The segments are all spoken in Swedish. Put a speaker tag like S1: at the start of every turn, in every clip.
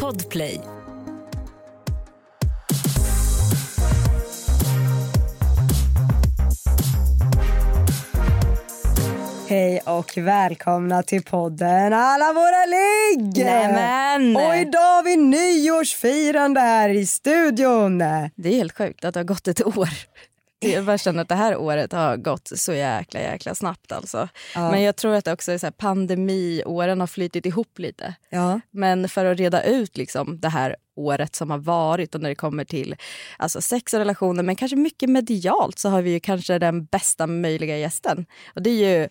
S1: Podplay.
S2: Hej och välkomna till podden Alla våra ligg!
S3: Nämen!
S2: Och idag har vi nyårsfirande här i studion.
S3: Det är helt sjukt att det har gått ett år. Jag bara känner att det här året har gått så jäkla jäkla snabbt alltså.
S2: Ja.
S3: Men jag tror att det också är så här pandemiåren har flytit ihop lite.
S2: Ja.
S3: Men för att reda ut liksom det här året som har varit och när det kommer till alltså sex och relationer men kanske mycket medialt så har vi ju kanske den bästa möjliga gästen. Och det är ju,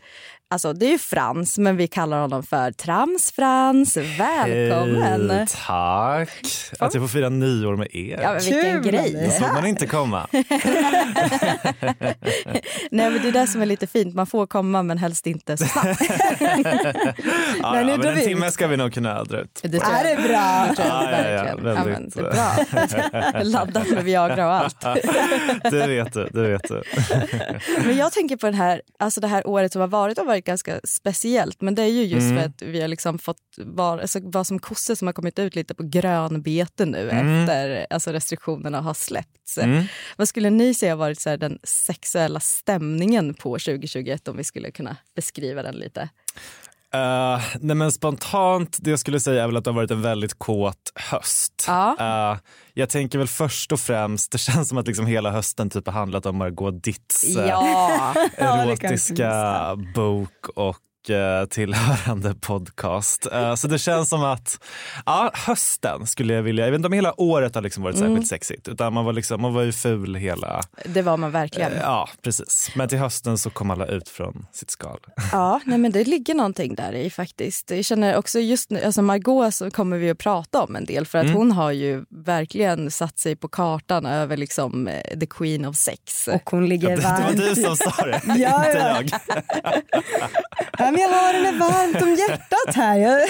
S3: alltså, det är ju Frans men vi kallar honom för Trams-Frans. Välkommen!
S4: Hej, Eh, tack! Att jag får fira nyår med er.
S3: Ja, men vilken
S2: Kul!
S3: grej!
S4: det såg man inte komma.
S3: Nej men det är det som är lite fint, man får komma men helst inte så snabbt.
S4: Ja,
S2: nu
S4: ja,
S2: drar
S4: men
S2: vi
S4: en
S2: ut.
S4: timme ska vi nog kunna ödra ut.
S3: Det tror
S2: Är
S3: jag.
S2: det bra?
S4: Ja, ja,
S3: Verkligen.
S4: ja,
S3: Ja, men
S4: väldigt,
S3: det är bra. Laddat med Viagra och allt.
S4: det vet du. Det vet du.
S3: Men jag tänker på den här, alltså det här året som har varit har varit ganska speciellt. Men det är ju
S4: Mm.
S3: just för att vi har liksom fått vara alltså, var som kossor som har kommit ut lite på grönbete nu
S4: Mm.
S3: efter alltså, restriktionerna har släppts. Vad skulle ni säga har varit så här, den sexuella stämningen på 2021 om vi skulle kunna beskriva den lite?
S4: Eh, nej men spontant, det jag skulle säga är väl att det har varit en väldigt kåt höst.
S3: Ja.
S4: Eh, jag tänker väl först och främst, det känns som att liksom hela hösten typ har handlat om Margot Ditts eh,
S3: Ja,
S2: Ja, det kan jag inte
S4: erotiska bok och eh, tillhörande podcast. Eh, Så det känns som att ja, hösten skulle jag vilja, jag vet inte om hela året har liksom varit särskilt sexigt utan man var, liksom, man var ju ful hela, eh,
S3: det var man verkligen.
S4: ja precis. Men till hösten så kom alla ut från sitt skal.
S3: Ja, nej men det ligger någonting där i faktiskt. Jag känner också just nu, alltså Margot så kommer vi att prata om en del för att hon har ju verkligen satt sig på kartan över liksom eh, the queen of sex.
S2: Och hon ligger
S4: Det var
S2: varmt.
S4: du som sa det,
S2: Ja,
S4: inte
S2: ja.
S4: jag.
S2: Ja, men jag har henne varmt om hjärtat här. Jag,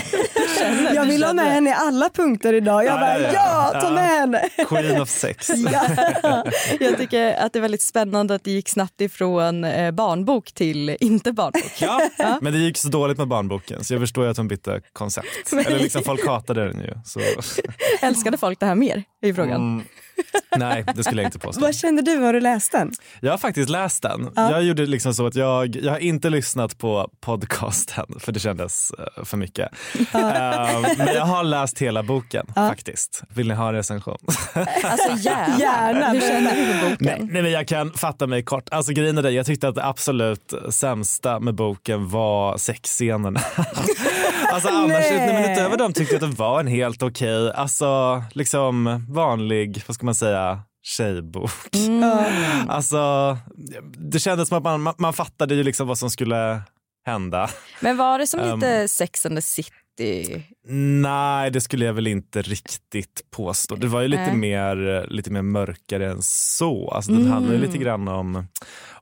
S2: jag vill ha med henne i alla punkter idag. Jag
S4: Ja,
S2: bara,
S4: ja, ja.
S2: ja, ta
S4: Ja.
S2: med henne.
S4: Queen of sex.
S2: Ja.
S3: Jag tycker att det är väldigt spännande att det gick snabbt ifrån eh, barnbok till inte barnbok.
S4: Ja, men det gick så dåligt med barnboken så jag förstår ju att hon bytte koncept. Eller liksom folk hatade den ju. Så.
S3: Älskade folk det här mer? i frågan.
S4: Mm. Nej, det skulle jag inte påstå.
S2: Vad kände du när du läste den?
S4: Jag har faktiskt läst den. Jag gjorde liksom så att jag, jag har inte lyssnat på podcasten för det kändes eh, för mycket. Eh, men jag har läst hela boken faktiskt. Vill ni ha en recension?
S3: Alltså gärna.
S2: Gärna.
S3: Hur känner du för boken?
S4: Nej, nej men jag kan fatta mig kort. Alltså grejen är det, jag tyckte att det absolut sämsta med boken var sexscenerna. alltså annars,
S2: Nej.
S4: nej. men utöver dem tyckte jag att det var en helt okej, alltså liksom vanlig, vad ska man säga, tjejbok. Alltså det kändes som att man, man, man fattade ju liksom vad som skulle hända.
S3: Men var det som
S4: Ehm.
S3: lite Sex and the City?
S4: Nej, det skulle jag väl inte riktigt påstå. Det var ju lite,
S3: Nej.
S4: mer, lite mer mörkare än så. Alltså, den handlar ju lite
S3: Mm.
S4: grann om,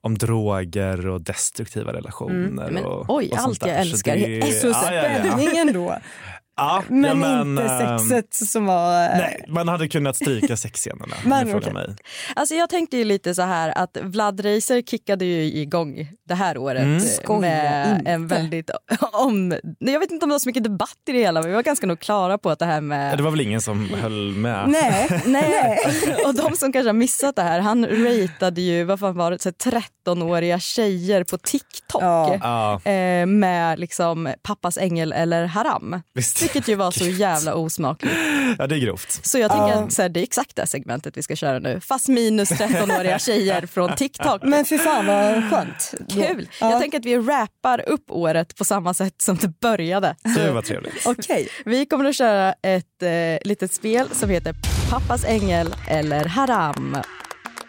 S4: om droger och destruktiva relationer.
S3: Mm. Men
S4: och,
S3: oj,
S4: och sånt
S3: allt jag
S4: där. Så
S3: älskar. Jag är
S2: Så
S4: ja, ja, ja.
S2: spänningen då.
S4: Ja,
S2: Men,
S4: ja, men,
S2: inte
S4: ehm,
S2: sexet som var... eh,
S4: Nej, man hade kunnat stryka sexscenerna. om
S2: Men
S4: du frågar
S2: okej.
S4: mig.
S3: Alltså jag tänkte ju lite så här att Vlad Reiser kickade ju igång det här året eh, med en väldigt om... Jag vet inte om det var så mycket debatt i det hela men vi var ganska nog klara på att det här
S4: Ja, Det
S3: med...
S4: var väl ingen som höll med.
S2: Nej.
S3: Nej. och de som kanske har missat det här, han ratade ju vad fan var det, så här 13-åriga tjejer på TikTok
S2: Ja.
S4: Ja,
S3: eh, med liksom pappas ängel eller haram.
S4: visst.
S3: Vilket ju var så jävla osmakligt.
S4: Ja, det är grovt.
S3: Så jag tänker att så här, det är exakt det här segmentet vi ska köra nu. Fast minus 13-åriga tjejer från TikTok.
S2: Men fy fan vad skönt.
S3: Kul!
S2: Ja.
S3: Jag tänker att vi rappar upp året på samma sätt som det började.
S4: Gud vad trevligt.
S2: Okej.
S3: Vi kommer att köra ett eh, litet spel som heter Pappas ängel eller haram.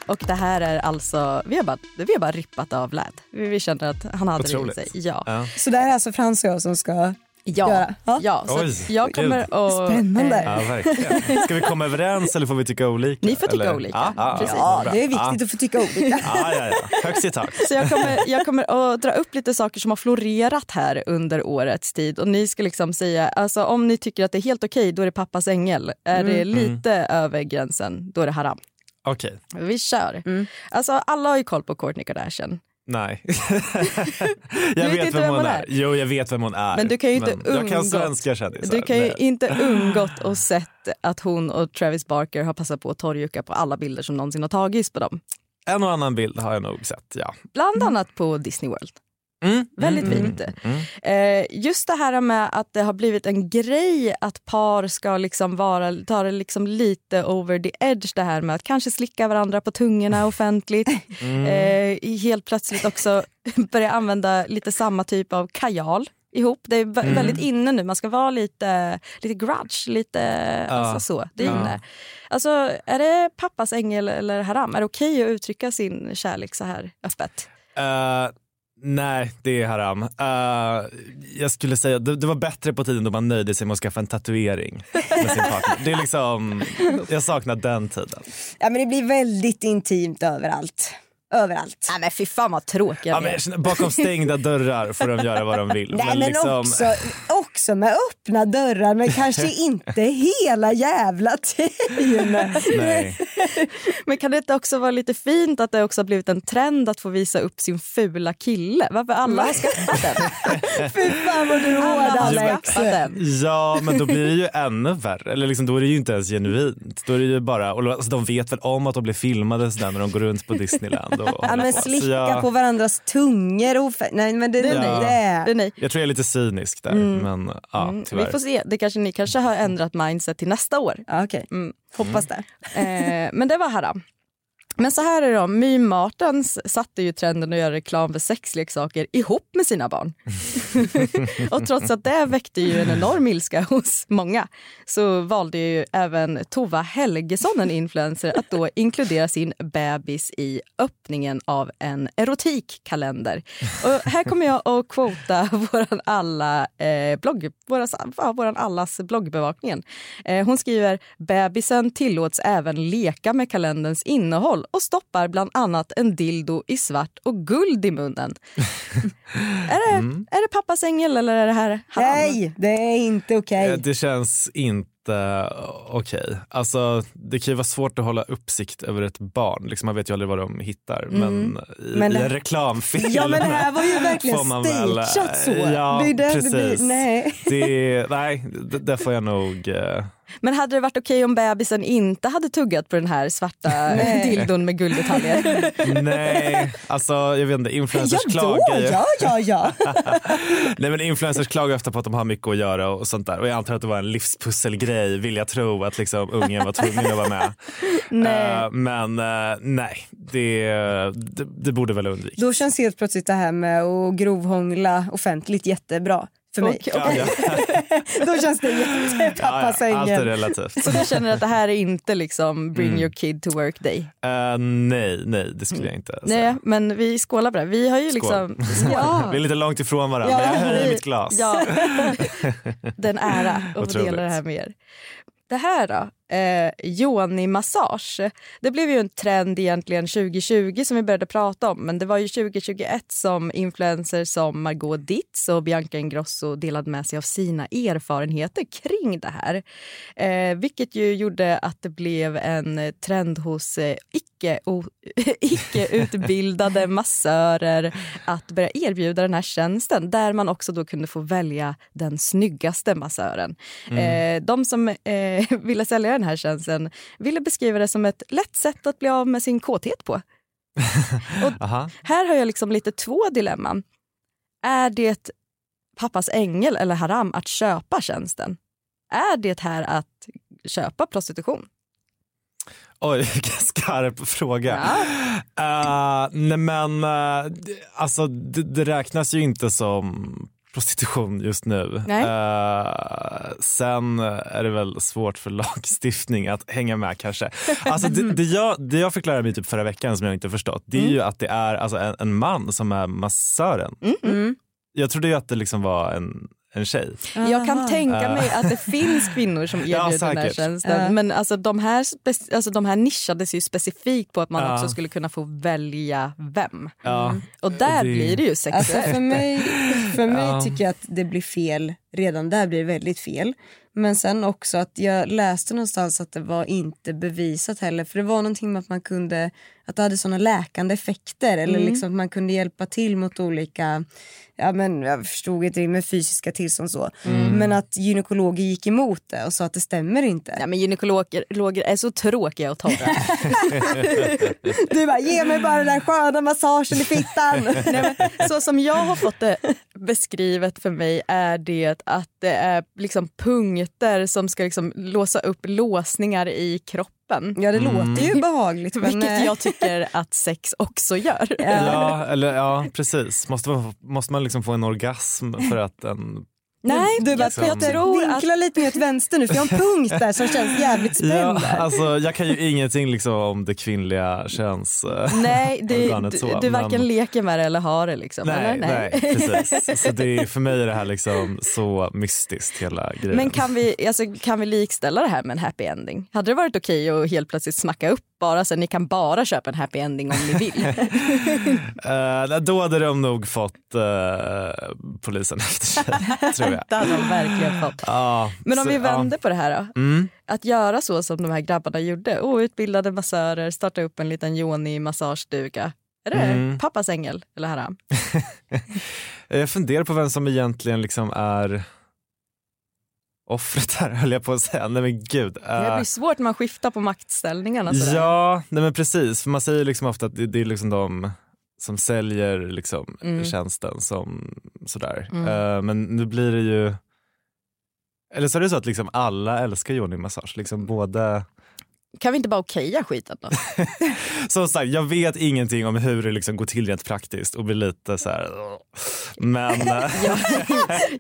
S3: Och det här är alltså, vi har bara, vi har bara rippat av Vlad. Vi, vi känner att han hade
S4: Otroligt.
S3: det i sig. Ja.
S4: Ja.
S2: Så det här är alltså Frans och jag som ska...
S3: Ja,
S2: Göra. Ja.
S3: ja. så
S4: Oj,
S3: att jag kommer
S4: gud.
S3: att...
S2: Spännande.
S3: eh,
S4: Ja, verkligen. Ska vi komma överens eller får vi tycka olika?
S3: Ni får tycka
S4: eller?
S3: olika.
S4: Ja, ja,
S3: Precis.
S2: Ja,
S4: bra.
S2: det är viktigt
S4: Ja.
S2: att få tycka olika.
S4: Ja, ja, ja. Högst i tak.
S3: Så jag kommer, jag kommer att dra upp lite saker som har florerat här under årets tid och ni ska liksom säga, alltså om ni tycker att det är helt okej då är det pappas ängel. Är det lite över gränsen då är det haram.
S4: Okej.
S3: Vi kör. Alltså alla har ju koll på Kourtney Kardashian.
S4: Nej.
S3: vet
S4: jag vet,
S3: inte
S4: vem hon är. Jo, jag vet vem hon är.
S3: Men du kan ju inte
S4: Jag kan
S3: undgå-
S4: svenska kändisar.
S3: Du kan ju
S4: men-
S3: inte undgått och sett att hon och Travis Barker har passat på att torrjucka på alla bilder som någonsin har tagits på dem.
S4: En och annan bild har jag nog sett, ja.
S3: Bland annat på Disney World.
S4: Mm.
S3: Väldigt
S4: mm.
S3: fint.
S4: Mm.
S3: Eh, just det här med att det har blivit en grej att par ska liksom vara, ta det liksom lite over the edge det här med att kanske slicka varandra på tungorna offentligt.
S4: Mm.
S3: Eh, helt plötsligt också börja använda lite samma typ av kajal ihop. Det är
S4: Mm.
S3: vä- väldigt inne nu, man ska vara lite, lite grudge, lite alltså så. Det är
S4: Ja.
S3: inne. Alltså, är det pappas ängel eller haram? Är det okej att uttrycka sin kärlek så här öppet?
S4: Eh, nej, det är haram. Eh, jag skulle säga det, det var bättre på tiden då man nöjde sig med att skaffa en tatuering med sin partner. Det är liksom, jag saknar den tiden.
S2: Ja, men det blir väldigt intimt överallt. Överallt.
S3: Nej men fy fan vad tråkiga
S4: Ja,
S3: vi
S4: men
S3: är.
S4: jag känner, bakom stängda dörrar får de göra vad de vill.
S2: Nej, men
S4: liksom-
S2: också, också med öppna dörrar, men kanske inte hela jävla tiden.
S4: nej.
S3: Men kan det inte också vara lite fint att det också har blivit en trend att få visa upp sin fula kille? Varför alla har skaffat den?
S2: Fy fan vad du är
S3: Alla
S2: hård,
S3: har
S2: Alex.
S3: skaffat den.
S4: Ja, men då blir det ju ännu värre. Eller liksom, då är det ju inte ens genuint. Då är det ju bara, och alltså, de vet väl om att de blir filmade sådär när de går runt på Disneyland. Och Alltså,
S2: Ja, men
S4: håller på. Så
S2: slicka
S4: jag,
S2: på varandras tungor. Och ofe- nej, men det,
S3: Det är
S2: det-
S3: nej. Det är nej.
S4: jag tror jag är lite cynisk där,
S2: Mm.
S4: men ja,
S3: Vi
S4: tyvärr.
S3: får se. Det kanske, ni kanske har ändrat mindset till nästa år.
S2: Ja, okej.
S3: Mm.
S2: Hoppas det.
S3: Eh, men det var haram. Men så här är det då. My Martens satte ju trenden att göra reklam för sexleksaker ihop med sina barn. och trots att det väckte ju en enorm ilska hos många så valde ju även Tova Helgesson, en influencer, att då inkludera sin bebis i öppningen av en erotikkalender. Och här kommer jag att quota våran alla eh, blogg, våra, ja, våran allas bloggbevakningen. Eh, hon skriver “Bebisen tillåts även leka med kalenderns innehåll och stoppar bland annat en dildo i svart och guld i munnen”. är, det, är det pappas ängel eller är det här haram?
S2: Nej, det är inte okej.
S4: Eh, Det känns inte eh, okej. Alltså, det kan ju vara svårt att hålla uppsikt över ett barn. Liksom, man vet ju aldrig vad de hittar. Men, i,
S2: Mm. Men
S4: i
S2: det-
S4: en reklamfilm
S2: Ja, men det här var ju verkligen
S4: får man väl... eh,
S2: stageat så.
S4: Ja,
S2: Det är där det
S4: precis.
S2: blir- nej.
S4: Det, nej, det, det får jag nog... eh,
S3: Men hade det varit okej om bebisen inte hade tuggat på den här svarta dildon med gulddetaljer?
S4: Nej, alltså jag vet inte. Influencers
S2: Ja, då,
S4: klagar ju.
S2: ja, ja, ja.
S4: Nej, men influencers klagar ofta på att de har mycket att göra och sånt där. Och jag antar att det var en livspusselgrej vill jag tro att liksom ungen var tvungen att vara med.
S3: Nej.
S4: Eh, men eh, nej, det, det, det borde väl undvikas.
S2: Då känns helt plötsligt det här med att grovhångla offentligt jättebra för mig.
S3: Och- och-
S4: Ja, ja.
S2: Då känns det jättepappas
S4: Ja, ja, Allt är
S2: ängel.
S4: relativt.
S3: Så du känner att det här är inte liksom bring your kid to work day?
S4: Eh, nej, nej, det skulle jag inte säga.
S3: Nej, men vi skålar på det. Vi har ju liksom... Ja,
S4: Vi är lite långt ifrån varandra,
S2: Ja,
S4: men jag höjer
S3: vi-
S4: mitt glas.
S3: ja. Den ära att få
S4: Otroligt.
S3: dela det här med er. Det här då, eh, yoni-massage. Det blev ju en trend egentligen 2020 som vi började prata om men det var ju 2021 som influencers som Margot Ditz och Bianca Ingrosso delade med sig av sina erfarenheter kring det här. Eh, vilket ju gjorde att det blev en eh, trend hos eh, icke, o- icke-utbildade massörer att börja erbjuda den här tjänsten där man också då kunde få välja den snyggaste massören.
S4: Mm.
S3: Eh, de som eh, ville sälja den här tjänsten ville beskriva det som ett lätt sätt att bli av med sin kåthet på.
S2: Eh,
S4: Aha.
S3: Här har jag liksom lite två dilemman. Är det pappas ängel eller haram att köpa tjänsten? Är det här att köpa prostitution?
S4: Oj, vilken skarp fråga. Eh, nej men, eh, det- alltså det, det räknas ju inte som prostitution just nu.
S3: Nej.
S4: Eh, sen är det väl svårt för lagstiftning att hänga med kanske. Alltså det, det, jag, det jag förklarade mig typ förra veckan som jag inte förstått, det är ju att det är alltså, en, en man som är massören.
S2: Mm.
S4: Jag trodde ju att det liksom var en, en tjej.
S3: Jag kan
S2: Aha.
S3: tänka mig att det finns kvinnor som
S4: Ja,
S3: erbjuder den här
S4: säkert.
S3: tjänsten.
S2: Ja.
S3: Men alltså, de, här spec- alltså, de här nischades ju specifikt på att man
S4: Ja.
S3: också skulle kunna få välja vem.
S4: Ja.
S2: Mm.
S3: Och där
S4: Det-
S3: blir det ju
S2: Alltså
S3: sexuellt.
S2: för mig, för mig
S4: Ja.
S2: tycker jag att det blir fel. Redan där blir det väldigt fel. Men sen också att jag läste någonstans att det var inte bevisat heller. För det var någonting med att man kunde att det hade såna läkande effekter eller
S3: Mm.
S2: liksom att man kunde hjälpa till mot olika, ja men jag förstod inte det med fysiska tillstånd så,
S3: Mm.
S2: men att gynekologer gick emot det och sa att det stämmer inte.
S3: Ja, men gynekologer loger är så tråkiga och torra.
S2: Du bara ge mig bara den där sköna massagen i fittan.
S3: Nej, men, så som jag har fått det beskrivet för mig är det att det är liksom punkter som ska liksom låsa upp låsningar i kroppen.
S2: Ja det låter ju behagligt men
S3: Mm. Vilket
S2: eh,
S3: jag tycker att sex också gör.
S4: Ja, eller, ja precis. Måste man, måste man liksom få en orgasm för att en...
S3: Nej,
S2: du bara,
S4: liksom-
S2: Peter,
S3: jag tror att-
S2: vinkla lite mer åt vänster nu för jag har en punkt där som känns jävligt spänd.
S4: Ja,
S2: där.
S4: alltså, jag kan ju ingenting liksom om det kvinnliga köns...
S3: Nej, du,
S4: Organet
S3: du,
S4: så,
S3: du
S4: men-
S3: varken leker med det eller har det. Liksom,
S4: Nej,
S3: eller?
S4: nej. precis. Så det är, för mig är det här liksom så mystiskt hela grejen.
S3: Men kan vi, alltså, kan vi likställa det här med en happy ending? Hade det varit okej att helt plötsligt smacka upp bara så att ni kan bara köpa en happy ending om ni vill?
S4: Eh, då hade de nog fått eh, polisen efter sig, tror jag.
S3: det hade de verkligen fått.
S4: Ja,
S3: Men om
S4: så-
S3: vi
S4: ja.
S3: vänder på det här då?
S4: Mm.
S3: Att göra så som de här grabbarna gjorde, outbildade massörer, starta upp en liten Joni-massagestuga. Är det
S4: Mm.
S3: pappas ängel eller haram?
S4: Jag funderar på vem som egentligen liksom är offret här höll jag på att säga. Nej men gud.
S3: Det
S4: Eh,
S3: blir svårt när man skiftar på maktställningarna. Sådär.
S4: Ja, nej men precis. För man säger liksom ofta att det, det är liksom de som säljer liksom
S3: Mm.
S4: tjänsten som sådär.
S3: Mm.
S4: Eh, men nu blir det ju... Eller så är det så att liksom alla älskar Johnny Massage. Liksom både...
S3: Kan vi inte bara okeja skiten då?
S4: Som sagt, jag vet ingenting om hur det liksom går till rent praktiskt och blir lite så här... Men eh,
S3: jag,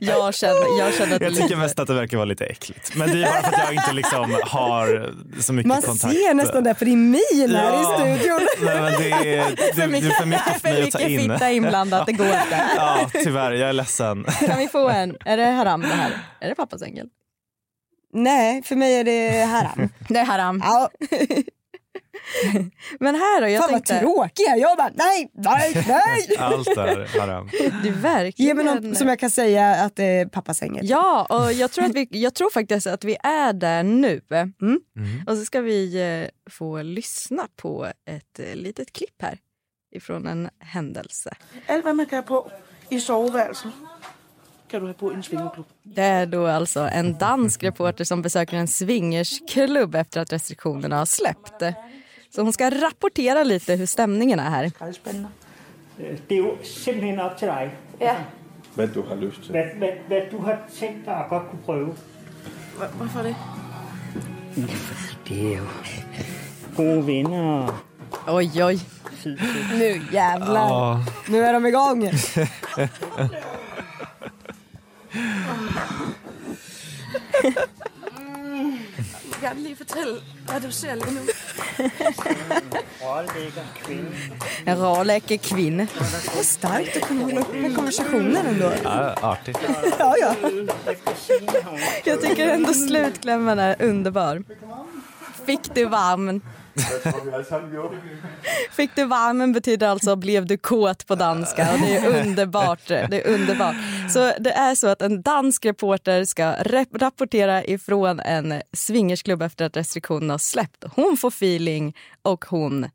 S3: jag, känner, jag känner att det är
S4: jag tycker
S3: lite-
S4: mest att det verkar vara lite äckligt. Men det är bara för att jag inte liksom har så mycket
S2: Man
S4: kontakt.
S2: ser nästan det för det är mil här
S4: Ja.
S2: i studion.
S4: Nej, men det, är, det, det är för mycket för mig att ta
S3: mycket
S4: in.
S3: fitta inblandat, det går inte.
S4: Ja, tyvärr. Jag är ledsen.
S3: Kan vi få en? Är det haram det här? Är det pappas ängel?
S2: Nej, för mig är det haram.
S3: Det är haram.
S2: Ja,
S3: Men här då, jag
S2: fan vad
S3: tänkte...
S2: tråkiga. Jag bara nej, nej, nej.
S4: Allt är haram.
S3: Du är
S2: Ge
S3: verkligen...
S2: mig någon som jag kan säga att det är pappas ängel.
S3: Ja, och jag tror, att vi, jag tror faktiskt att vi är där nu.
S4: Mm.
S3: Och så ska vi eh, få lyssna på ett eh, litet klipp här ifrån en händelse.
S1: Alt, hvad man kan have på i soveværelset, kan du have på i en svingeklub.
S3: Det är då alltså en dansk reporter som besöker en swingersklubb efter att restriktionerna har släppt. Så hon ska rapportera lite hur stämningen är här.
S1: Skraldspænder.
S5: Øh, Det er jo simpelthen op til dig,
S6: Hvad du har lyst til.
S5: hvad, hvad, hvad du har tænkt dig at godt kunne prøve.
S1: Hvorfor det?
S5: Det er jo gode venner og
S3: Oj, oj.
S2: Nu jävlar. Nu är de igång.
S1: Jeg kan lige fortælle, hvad du ser lige nu.
S5: rollægger kvinde.
S3: En rar kvinna.
S2: Vad starkt att kunna hålla upp med konversationen ändå.
S4: Ja, artigt.
S2: Ja, ja.
S3: Jag tycker ändå slutklämmen är underbar. Fick du varmen? Fick du varmen betyder alltså blev du kåt på danska och det är underbart. Det är underbart. Så det är så att en dansk reporter ska rep- rapportera ifrån en swingersklubb efter att restriktionerna har släppt. Hon får feeling och hon,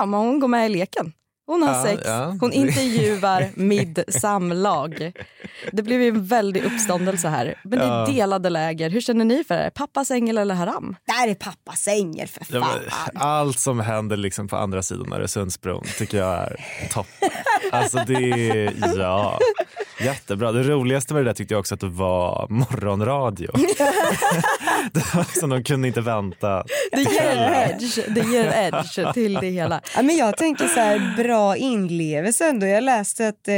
S3: ja, men hon går med i leken. Hon har
S4: Ja,
S3: sex,
S4: ja.
S3: hon intervjuar mid samlag. Det blev ju en väldig uppståndelse här. Men det är delade läger. Hur känner ni för det? här? Pappas ängel eller haram?
S2: Där är pappas ängel för
S4: Ja,
S2: fan.
S4: men Allt som händer liksom på andra sidan Öresundsbron tycker jag är toppen. Alltså det är, ja, jättebra. Det roligaste med det där tyckte jag också att det var morgonradio. Det var liksom, de kunde inte vänta.
S3: Det ger en edge, det ger en edge till det hela.
S2: Ja, men jag tänker så här, bra inlevelse ändå. Jag läste att eh,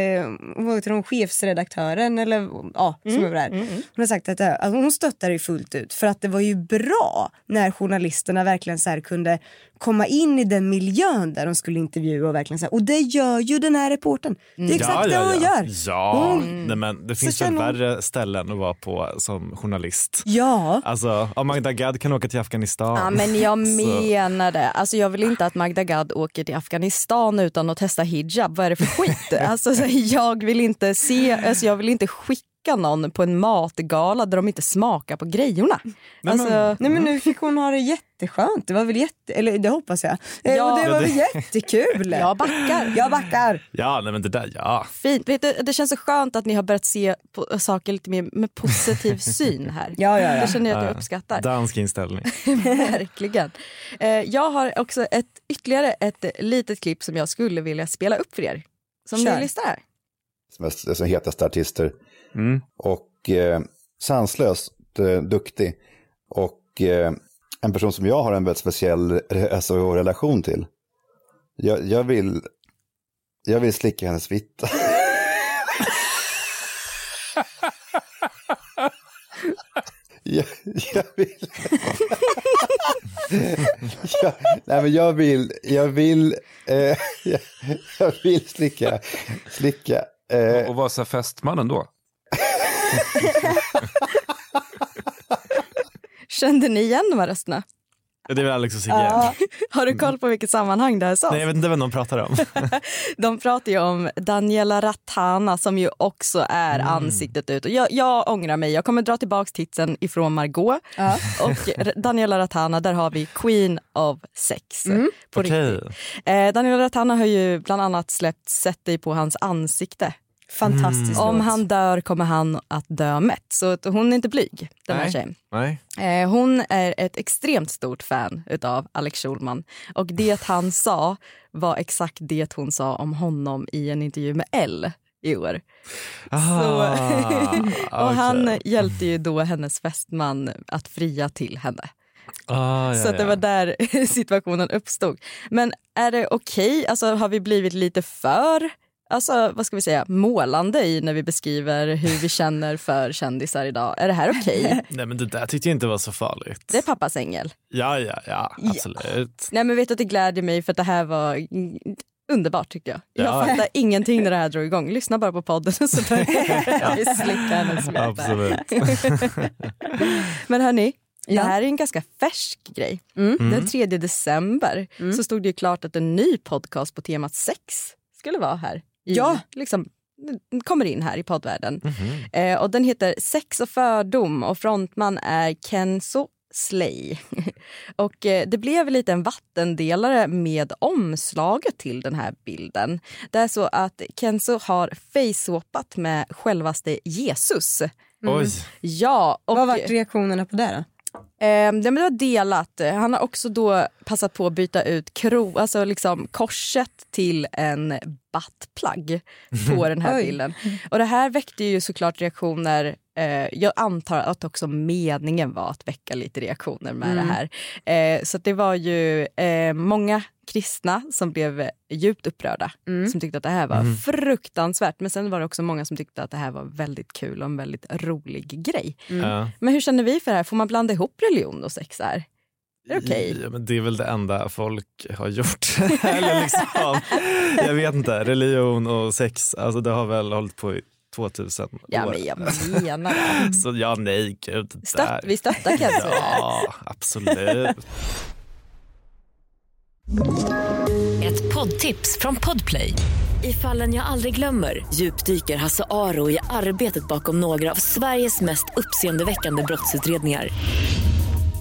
S2: vad heter hon, chefsredaktören eller, ja, som är där, hon har sagt att, eh, att hon stöttar det fullt ut för att det var ju bra när journalisterna verkligen så här, kunde komma in i den miljön där de skulle intervjua och verkligen så här, och det gör ju den här reportern. Det är exakt det hon
S4: Mm. ja.
S2: gör.
S4: Ja,
S2: Mm.
S4: nej, men det finns väl
S2: känner hon-
S4: värre ställen att vara på som journalist.
S2: Ja,
S4: Alltså, om Magda Gad kan åka till Afghanistan.
S3: Ja, men jag
S4: Så-
S3: menar det. Alltså, jag vill inte att Magda Gad åker till Afghanistan utan att testa hijab. Vad är det för skit? Alltså, så här, jag, vill inte se, alltså, jag vill inte skicka locka någon på en matgala där de inte smakar på grejerna.
S4: men-
S3: alltså,
S2: Nej men Mm. nu fick hon ha det jätteskönt. Det var väl jätte... Eller det hoppas jag. Ja.
S3: Ja.
S2: Och det
S4: Ja,
S2: var
S4: det-
S2: väl jättekul.
S3: Jag backar.
S2: Jag backar.
S4: Ja, nej men det där, ja.
S3: Fint. Vet du, det känns så skönt att ni har börjat se på saker lite mer med positiv syn här.
S2: Ja, ja, ja.
S3: Det känner jag att jag uppskattar.
S4: Eh, Dansk inställning.
S3: Verkligen. Eh, jag har också ett, ytterligare ett litet klipp som jag skulle vilja spela upp för er. Som
S2: Kör.
S3: ni lyssnar här.
S7: som, är, som hetaste artister. Och eh, sanslöst eh, duktig. Och eh, en person som jag har en väldigt speciell re- alltså, relation till. Jag, jag, vill, jag vill slicka hennes fitta. jag, jag vill... jag, nej men jag vill, jag vill, eh, jag, jag vill slicka, slicka. Eh,
S8: Och vad sa festmannen då?
S3: Kände ni igen de här rösterna?
S4: Det är väl Alex och Sigge?
S3: Har du koll på vilket sammanhang det här sades?
S4: Nej, jag vet inte vem de pratar om.
S3: De pratar ju om Daniela Ratana som ju också är ansiktet ut. Och jag, jag ångrar mig, jag kommer dra tillbaka titeln ifrån Margot. Och R- Daniela Ratana, där har vi Queen of Sex. På
S4: Okej.
S3: riktigt. Eh, Daniela Ratana har ju bland annat släppt Sätt dig på hans ansikte.
S2: Fantastiskt.
S3: Mm. Om
S2: låt.
S3: han dör kommer han att dö mätt. Så att hon är inte blyg, den här
S4: Nej.
S3: tjejen.
S4: Nej.
S3: Eh, hon är ett extremt stort fan utav Alex Schulman och det han sa var exakt det hon sa om honom i en intervju med L i år.
S4: Ah,
S3: Och han hjälpte ju då hennes fästman att fria till henne.
S4: ah, ja,
S3: Så att det
S4: ja.
S3: var där situationen uppstod. Men är det okej? Alltså har vi blivit lite för Alltså vad ska vi säga, målande i när vi beskriver hur vi känner för kändisar idag. Är det här okej?
S4: Nej, men det där tyckte jag inte var så farligt.
S3: Det är pappas ängel.
S4: Ja, ja, ja, absolut.
S3: Nej men vet du att det gläder mig för att det här var mm, underbart tycker jag.
S4: Ja.
S3: Jag fattar ingenting när det här drog igång. Lyssna bara på podden och så börjar jag slicka hennes smeta.
S4: Absolut.
S3: Men hörni,
S2: Ja. Mm.
S3: det här är en ganska färsk grej. Den 3 december så stod det ju klart att en ny podcast på temat sex skulle vara här. I,
S2: Ja.
S3: Liksom, den kommer in här i poddvärlden. Eh, och den heter Sex och fördom och frontman är Kenzo Slay. och eh, det blev lite en vattendelare med omslaget till den här bilden. Det är så att Kenzo har facewapat med självaste Jesus.
S4: Oj.
S3: Ja, och...
S2: Vad var reaktionerna på det då?
S3: Ehm, nej, men det var delat. Han har också då passat på att byta ut kro, alltså liksom korset till en buttplug på den här
S2: Oj.
S3: bilden. Och det här väckte ju såklart reaktioner. Eh, jag antar att också meningen var att väcka lite reaktioner med det här. Eh, så att det var ju eh, många kristna som blev djupt upprörda som tyckte att det här var fruktansvärt. Men sen var det också många som tyckte att det här var väldigt kul och en väldigt rolig grej.
S4: Ja.
S3: Men hur känner vi för det här? Får man blanda ihop religion och sex här? Är det okej?
S4: Ja, men det är väl det enda folk har gjort. Eller liksom, jag vet inte, religion och sex, alltså det har väl hållit på i 2000
S3: Ja,
S4: år.
S3: men jag menar det.
S4: Så ja, nej, gud. det
S3: Stött,
S4: där.
S3: vi stöttar kanske.
S4: Ja, absolut.
S9: Ett poddtips från Podplay. I fallen jag aldrig glömmer djupdyker Hasse Aro i arbetet bakom några av Sveriges mest uppseendeväckande brottsutredningar.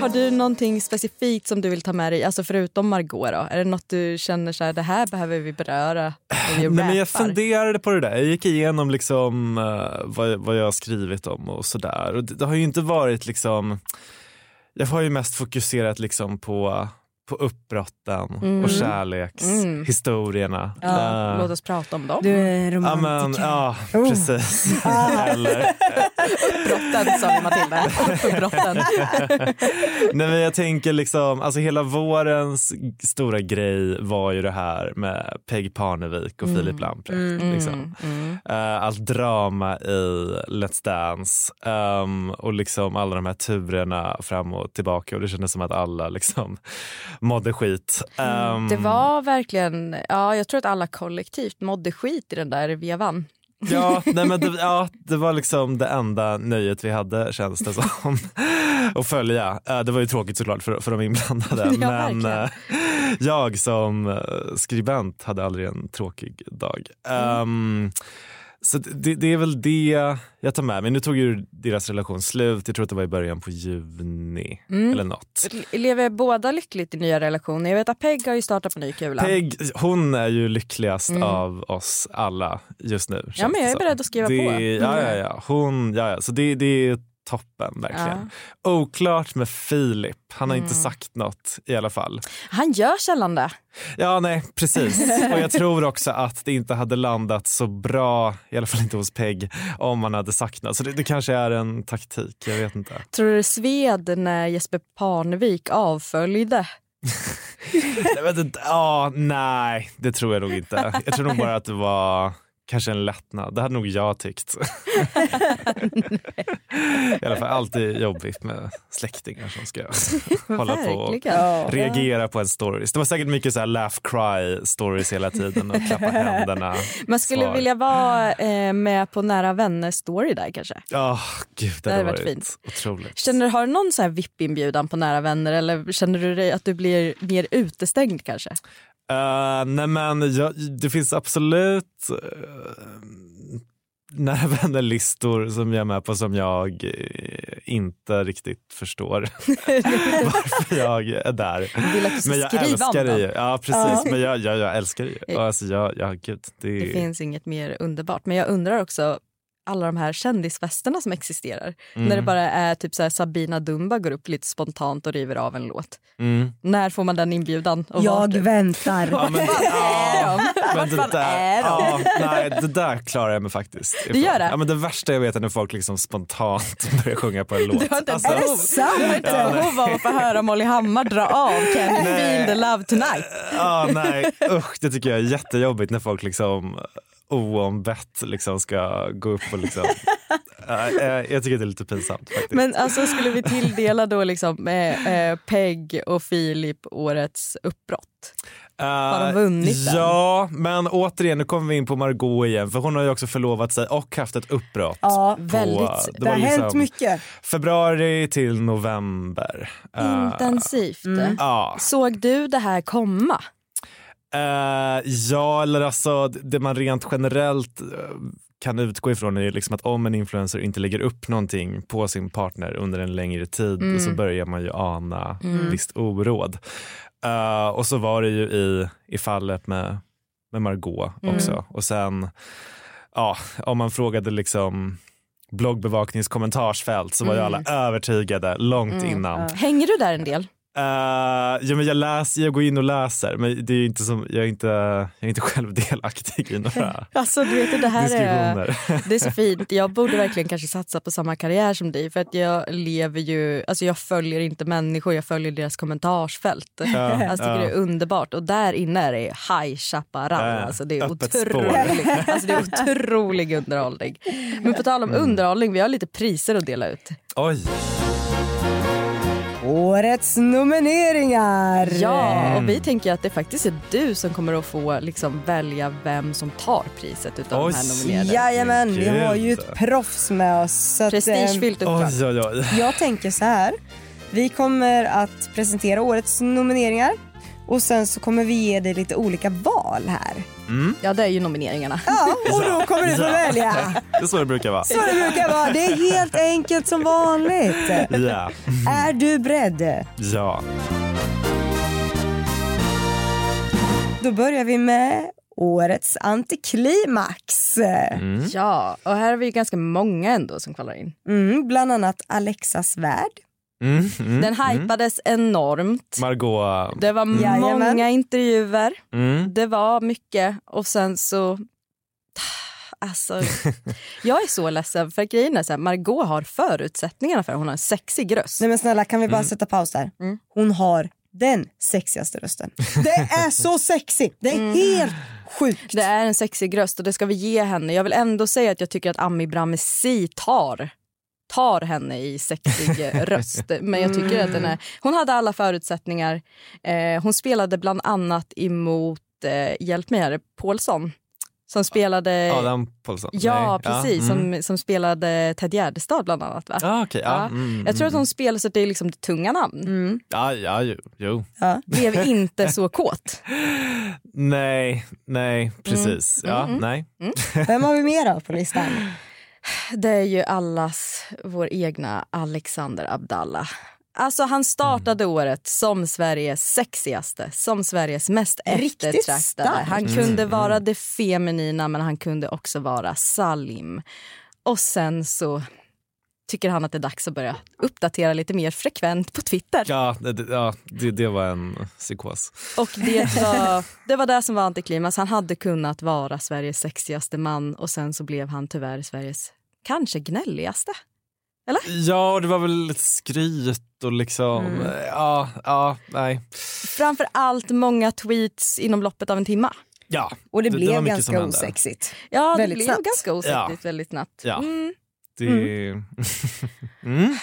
S3: Har du någonting specifikt som du vill ta med dig, alltså förutom Margot då? Är det något du känner så här, det här behöver vi beröra? när vi
S4: Nej, men jag
S3: rappar?
S4: funderade på det där. Jag gick igenom liksom, eh, vad, vad jag har skrivit om och sådär. Och det, det har ju inte varit liksom... Jag har ju mest fokuserat liksom på, på uppbrotten och kärlekshistorierna. Eh,
S3: Låt oss prata om dem.
S2: Du är
S4: Ja, men,
S2: romantiker.
S4: ja
S2: Oh.
S4: precis. Eller,
S3: Brotten sa vi, Matilda. Brotten.
S4: nej, men jag tänker liksom, alltså hela vårens g- stora grej var ju det här med Peg Parnevik och Filip Lamprecht.
S3: Mm.
S4: Liksom. Eh, allt drama i Let's Dance ehm, och liksom alla de här turerna fram och tillbaka och det kändes som att alla liksom mådde skit. Ehm,
S3: Det var verkligen, ja, jag tror att alla kollektivt mådde skit i den där vevan.
S4: Ja, nej men det, ja, det var liksom det enda nöjet vi hade känns det som att följa. Eh, Det var ju tråkigt såklart för, för de inblandade
S3: Ja,
S4: men
S3: verkligen.
S4: eh, jag som eh, skribent hade aldrig en tråkig dag.
S3: Mm.
S4: Ehm, så det, det är väl det jag tar med mig. Nu tog ju deras relation slut, jag tror att det var i början på juni
S3: Mm.
S4: eller något.
S3: Lever båda lyckligt i nya relationer? Jag vet att Peg har ju startat på ny kula.
S4: Peg, hon är ju lyckligast
S3: Mm.
S4: av oss alla just nu. känns
S3: ja, men jag
S4: det
S3: är
S4: som.
S3: beredd att skriva
S4: det,
S3: på.
S4: Ja, ja, ja. Hon, ja, ja. Så det, det är toppen verkligen. Oklart med Filip. Han har inte
S3: Mm.
S4: sagt något i alla fall.
S3: Han görs gällande.
S4: Ja, nej, precis. Och jag tror också att det inte hade landat så bra, i alla fall inte hos Peg, om han hade sagt något. Så det, det kanske är en taktik, jag vet inte.
S3: Tror du det sved när Jesper Parnevik avföljde?
S4: Nej, men det, ja, nej, det tror jag nog inte. Jag tror nog bara att det var kanske en lättnad. Det hade nog jag tyckt. I alla fall alltid jobbigt med släktingar som ska hålla på och
S3: Verkligen. Ja.
S4: reagera på en stories. Det var säkert mycket så här laugh cry stories hela tiden och klappa händerna.
S3: Man skulle
S4: svar.
S3: vilja vara eh, med på nära vänner-story där kanske.
S4: Ja, gud, det,
S3: Det
S4: hade
S3: hade
S4: varit
S3: varit
S4: otroligt.
S3: Känner, har du någon sån här VIP-inbjudan på nära vänner eller känner du dig att du blir mer utestängd kanske?
S4: Eh, nej men jag, det finns absolut eh, nära vänner-listor som jag är med på som jag eh, inte riktigt förstår varför jag är där.
S3: Vill att du ska
S4: Men jag
S3: Alltså, skriva om
S4: älskar det
S3: dem. Eh.
S4: ju. Ja precis, men jag, jag, jag älskar det ju. Alltså, jag, jag, gud, det,
S3: Det finns inget mer underbart. Men jag undrar också alla de här kändisfesterna som existerar.
S4: Mm.
S3: När det bara är typ så här Sabina Dumba går upp lite spontant och river av en låt.
S4: Mm.
S3: När får man den inbjudan? Och
S2: Jag
S3: vart?
S2: väntar.
S4: Ja, men, ja, men det, där,
S3: är de?
S4: ja, nej, det där klarar jag mig faktiskt ifrån.
S3: gör det?
S4: Ja, men det värsta jag vet är när folk liksom spontant börjar sjunga på en låt.
S3: Du har inte
S4: Alltså,
S3: behov. Du har inte behov av att få höra Molly Hammar dra av Can you feel the love tonight?
S4: Ja, nej. Usch, det tycker jag är jättejobbigt när folk liksom oombett liksom ska gå upp och liksom... Ja, eh, jag tycker det är lite pinsamt faktiskt.
S3: Men alltså skulle vi tilldela då liksom eh, eh, Peg och Filip årets uppbrott?
S4: har
S3: de vunnit den?
S4: Eh, Ja, men återigen, nu kommer vi in på Margot igen för hon har ju också förlovat sig och haft ett uppbrott.
S2: Ja,
S4: på-
S3: väldigt.
S2: Det har
S4: var liksom
S2: hänt mycket.
S4: Februari till november. Eh,
S3: Intensivt.
S4: Ja,
S3: Såg du det här komma?
S4: Eh, ja, eller alltså det man rent generellt eh, kan utgå ifrån är ju liksom att om en influencer inte lägger upp någonting på sin partner under en längre tid
S3: Mm.
S4: så börjar man ju ana
S3: Mm.
S4: visst oråd. Eh, och så var det ju i, i fallet med, med Margot också.
S3: Mm.
S4: Och sen, ja, om man frågade liksom bloggbevakningens kommentarsfält så var ju
S3: Mm.
S4: alla övertygade långt
S3: Mm,
S4: innan.
S3: Hänger du där en del?
S4: Eh, ja, men jag, läs, jag går in och läser, men det är ju inte som, jag, är inte, jag är inte själv delaktig i några
S3: Alltså du vet det här är,
S4: diskussioner.
S3: det är så fint. Jag borde verkligen kanske satsa på samma karriär som dig för att jag lever ju, alltså jag följer inte människor, jag följer deras kommentarsfält. Alltså,
S4: Ja,
S3: Jag tycker
S4: ja.
S3: det är underbart och där inne är det High Chaparral.
S4: Ja,
S3: alltså, det är
S4: öppet spår. Mm.
S3: otrolig, alltså det är otrolig underhållning. Men på tal om underhållning, vi har lite priser att dela ut.
S4: Oj,
S2: Årets nomineringar.
S3: Ja, och vi
S4: Mm.
S3: tänker att det faktiskt är du som kommer att få liksom, välja vem som tar priset utav
S4: Oj.
S3: de här nominerade.
S2: Jajamän, vi har ju
S4: Gud.
S2: ett proffs med oss. Så att, eh,
S3: Prestigefyllt uppdrag.
S4: oj, oj, oj.
S2: Jag tänker så här. Vi kommer att presentera årets nomineringar och sen så kommer vi ge dig lite olika val här.
S3: Ja, det är ju nomineringarna.
S2: Ja, och då kommer du få
S4: Ja.
S2: välja.
S4: Det är så det brukar vara.
S2: Så det brukar vara. Det är helt enkelt som vanligt.
S4: Ja,
S2: Är du beredd?
S4: ja.
S2: Då börjar vi med årets antiklimax.
S4: Mm.
S3: Ja, och här har vi ju ganska många ändå som kvalar in.
S2: Mm, bland annat Alexas värld.
S4: Mm. Mm.
S3: Den hypades enormt.
S4: Margot.
S3: Det var
S2: Jajamän.
S3: många intervjuer.
S4: Mm.
S3: Det var mycket och sen så... Alltså, jag är så ledsen för grejen är så här, Margot har förutsättningarna för det. Hon har en sexig röst.
S2: Nej men snälla kan vi bara sätta paus där?
S3: Mm.
S2: Hon har den sexigaste rösten. Det är så sexigt! Det är helt sjukt.
S3: Det är en sexig röst och det ska vi ge henne. Jag vill ändå säga att jag tycker att Ami Bramesi tar tar henne i sexig eh, röst. Men jag tycker att
S4: Mm.
S3: den är, hon hade alla förutsättningar. Eh, hon spelade bland annat emot, eh, hjälp mig här, Paulsson. Som spelade...
S4: Adam Paulsson?
S3: Eh, Ja,
S4: Nej.
S3: precis.
S4: mm.
S3: Som, som spelade Ted Gärdestad bland annat. Va?
S4: Ah, okej, ja.
S3: Ja.
S4: Mm,
S3: Jag tror att
S4: mm.
S3: hon spelade så att det är liksom tunga namn.
S4: Ja, ja, jo. jo.
S3: Blev inte så kåt.
S4: Nej, nej, precis.
S3: Mm,
S4: Ja,
S3: mm, mm.
S4: nej.
S2: Vem har vi mer av på listan?
S3: Det är ju allas vår egna Alexander Abdallah. Alltså han startade
S2: Mm.
S3: året som Sveriges sexigaste, som Sveriges mest
S2: Riktigt
S3: eftertraktade.
S2: starkt. Mm.
S3: Han kunde vara det feminina men han kunde också vara Salim. Och sen så tycker han att det är dags att börja uppdatera lite mer frekvent på Twitter.
S4: Ja, det- det, ja det, det var en psykos.
S3: Och det var, det var det som var antiklimax. Han hade kunnat vara Sveriges sexigaste man och sen så blev han tyvärr Sveriges kanske gnälligaste.
S4: Ja, och det var väl lite skryt och liksom...
S3: Mm.
S4: Ja, ja, nej.
S3: Framför allt många tweets inom loppet av en timme.
S4: Ja,
S2: Och det,
S4: Det- det var
S2: blev
S4: mycket som
S2: ganska
S4: hände.
S2: osexigt.
S3: Ja,
S2: Väldigt
S3: det blev
S2: snabbt.
S3: ganska osäkert
S4: Ja.
S3: väldigt snabbt.
S4: Ja.
S3: Mm.
S4: det...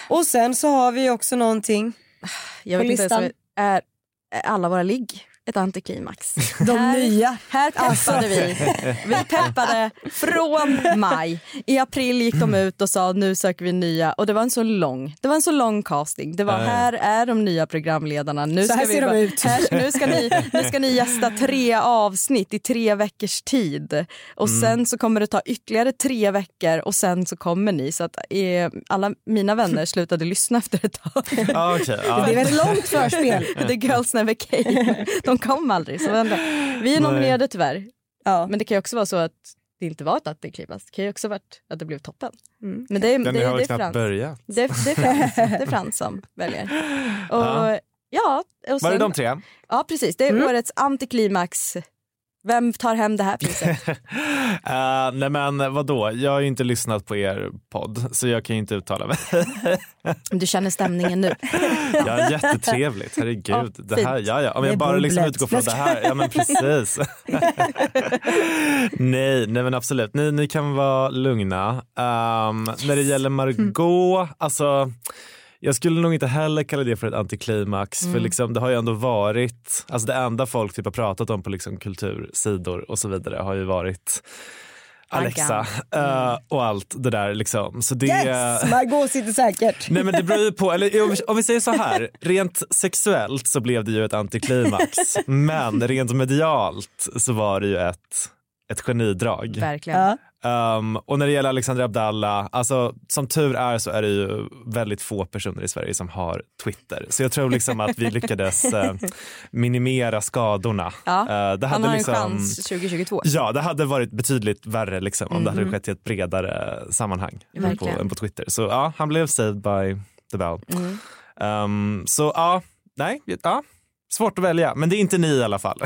S2: Och sen så har vi också någonting.
S3: Jag
S2: På
S3: vet inte
S2: listan.
S3: ens vad- är, är alla våra ligg ett antiklimax.
S2: De
S3: Här-
S2: nya.
S3: Här peppade
S2: Alltså,
S3: vi. Vi peppade från maj. I april gick de ut och sa nu söker vi nya. Och det var en så lång, det var en så lång casting. Det var
S4: Ja, ja.
S3: här är de nya programledarna. Nu
S2: Så
S3: ska
S2: här
S3: vi
S2: ser de
S3: bara-
S2: ut.
S3: Här, nu, ska ni, nu ska ni gästa tre avsnitt i tre veckors tid. Och
S2: Mm.
S3: sen så kommer det ta ytterligare tre veckor och sen så kommer ni. Så att eh, alla mina vänner slutade lyssna efter ett tag.
S4: Ja, okej.
S2: Det blev
S4: ja.
S2: ett långt förspel.
S3: The girls never came. De kom aldrig. Så vänta. Vi är nominerade tyvärr.
S2: Ja.
S3: Men det kan ju också vara så att det inte var ett antiklimax. Det kan ju också ha varit att det blev toppen.
S2: Mm.
S3: Men det, är- det,
S4: Den har
S3: är- det,
S4: väl
S3: är
S4: knappt
S3: Frans.
S4: börjat.
S3: det, är- det, är Frans, det är Frans som väljer. Och,
S4: Ja.
S3: ja. Ja, och
S4: Var det
S3: sen-
S4: de tre?
S3: Ja, precis. Det är
S2: Mm.
S3: årets antiklimax. Vem tar hem det här priset?
S4: Eh, nej men vadå, jag har ju inte lyssnat på er podd så jag kan ju inte uttala mig.
S3: Du känner stämningen nu.
S4: Ja, jättetrevligt, herregud.
S3: Ja,
S4: det här,
S3: fint.
S4: ja, ja. Om
S2: Det
S4: jag
S2: är
S4: bara liksom
S2: bubblet.
S4: utgår från det här. Ja men precis. nej, nej men absolut, ni, ni kan vara lugna. Ehm, När det gäller Margot, alltså jag skulle nog inte heller kalla det för ett antiklimax för liksom, det har ju ändå varit, alltså det enda folk typ har pratat om på liksom kultursidor och så vidare har ju varit Alexa eh, och allt det där liksom. Så det,
S2: Yes! Margot sitter säkert.
S4: Nej men det beror ju på, eller om vi- om vi säger så här, rent sexuellt så blev det ju ett antiklimax men rent medialt så var det ju ett, ett genidrag.
S3: Verkligen.
S2: Ja.
S4: Ehm, och när det gäller Alexandra Abdallah, alltså, som tur är så är det ju väldigt få personer i Sverige som har Twitter. Så jag tror liksom att vi lyckades eh, minimera skadorna.
S3: Ja.
S4: Eh, det
S3: Han
S4: hade
S3: har
S4: liksom,
S3: en chans 2022.
S4: Ja, det hade varit betydligt värre liksom, om det hade skett i ett bredare sammanhang än på,
S3: Mm. Verkligen. Mm.
S4: än på Twitter. Så ja, han blev saved by the bell. Ehm, så ja, nej, ja, svårt att välja. Men det är inte ni i alla fall.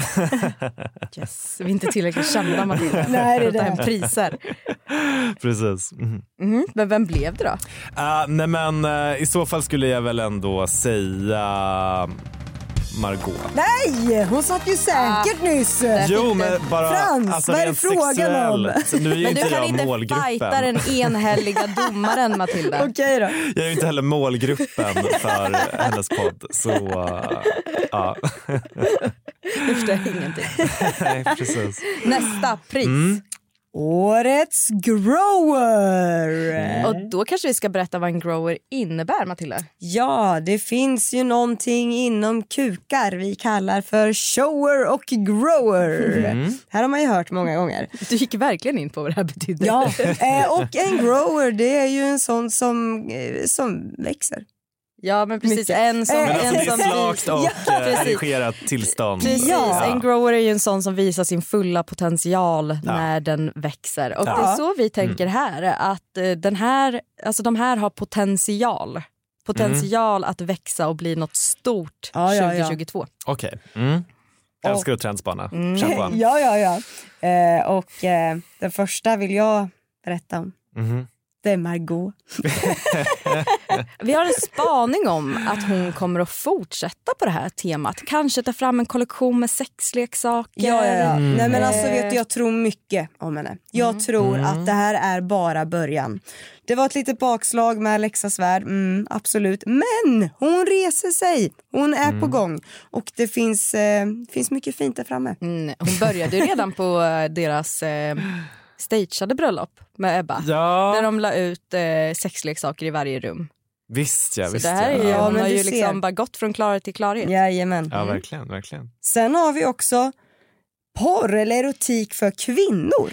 S3: Yes. Vi är inte tillräckligt kända Matilda
S2: Nej, det
S3: för
S2: Mm. är
S3: att ta hem
S2: det.
S3: priser.
S4: Precis. Mhm.
S3: Mhm. Men vem blev det då?
S4: Ah, nej men eh, i så fall skulle jag väl ändå säga Margot.
S2: Nej, hon satt ju säkert nyss.
S4: Jo men bara alltså,
S2: Frans, vad är det
S4: rent
S2: frågan
S4: sexuellt. Nu är ju
S3: Men
S4: inte
S3: du kan
S4: jag
S3: inte
S4: målgruppen.
S3: fighta den enhälliga domaren Matilda.
S2: Okej då.
S4: Jag är ju inte heller målgruppen för hennes podd. Så eh, ja,
S3: Jag förstår ingenting.
S4: nej precis.
S3: Nästa pris.
S4: Mm.
S2: Årets grower.
S3: Och då kanske vi ska berätta vad en grower innebär Matilda.
S2: Ja, det finns ju någonting inom kukar vi kallar för shower och grower. Här har man ju hört många gånger.
S3: Du gick verkligen in på vad det här betyder.
S2: Ja, eh, och en grower det är ju en sån som, eh, som växer.
S3: Ja, men precis.
S2: Mycket.
S3: En som,
S2: Eh,
S4: Men alltså,
S3: en
S4: det
S3: som
S4: är slakt och
S3: Ja,
S4: eh,
S3: precis.
S4: redigerat tillstånd.
S3: Precis,
S2: Ja.
S3: en grower är ju en sån som visar sin fulla potential när den växer. Och det är
S2: Ja.
S3: så vi tänker
S4: Mm.
S3: här, att eh, den här, alltså de här har potential. Potential
S4: Mm.
S3: att växa och bli något stort
S2: Ja, ja, ja.
S3: 2022.
S4: Okej. Mm. Älskar att trendspana.
S3: Mm.
S4: Kör på.
S2: ja, ja, ja. Eh, och eh, den första vill jag berätta om.
S4: Mhm.
S2: Det är Margot.
S3: Vi har en spaning om att hon kommer att fortsätta på det här temat. Kanske ta fram en kollektion med sexleksaker.
S2: Ja, ja, ja. Nej, men alltså, vet du, jag tror mycket om henne. Jag tror att det här är bara början. Det var ett litet bakslag med Alexas värld, mm, absolut. Men hon reser sig, hon är på gång och det finns, eh, finns mycket fint där framme.
S3: Mm, hon började ju redan på eh, deras eh, stageade bröllop med Ebba.
S4: Ja,
S3: När de la ut eh, sexleksaker i varje rum.
S4: visst ja.
S3: Så
S4: Visst,
S3: det här är ju,
S4: ja.
S3: hon
S2: men
S3: har
S2: du
S3: ju
S2: ser.
S3: liksom bara gått från klarhet till klarhet.
S2: Jajamän.
S4: ja, verkligen. verkligen.
S2: Sen har vi också porr eller erotik för kvinnor.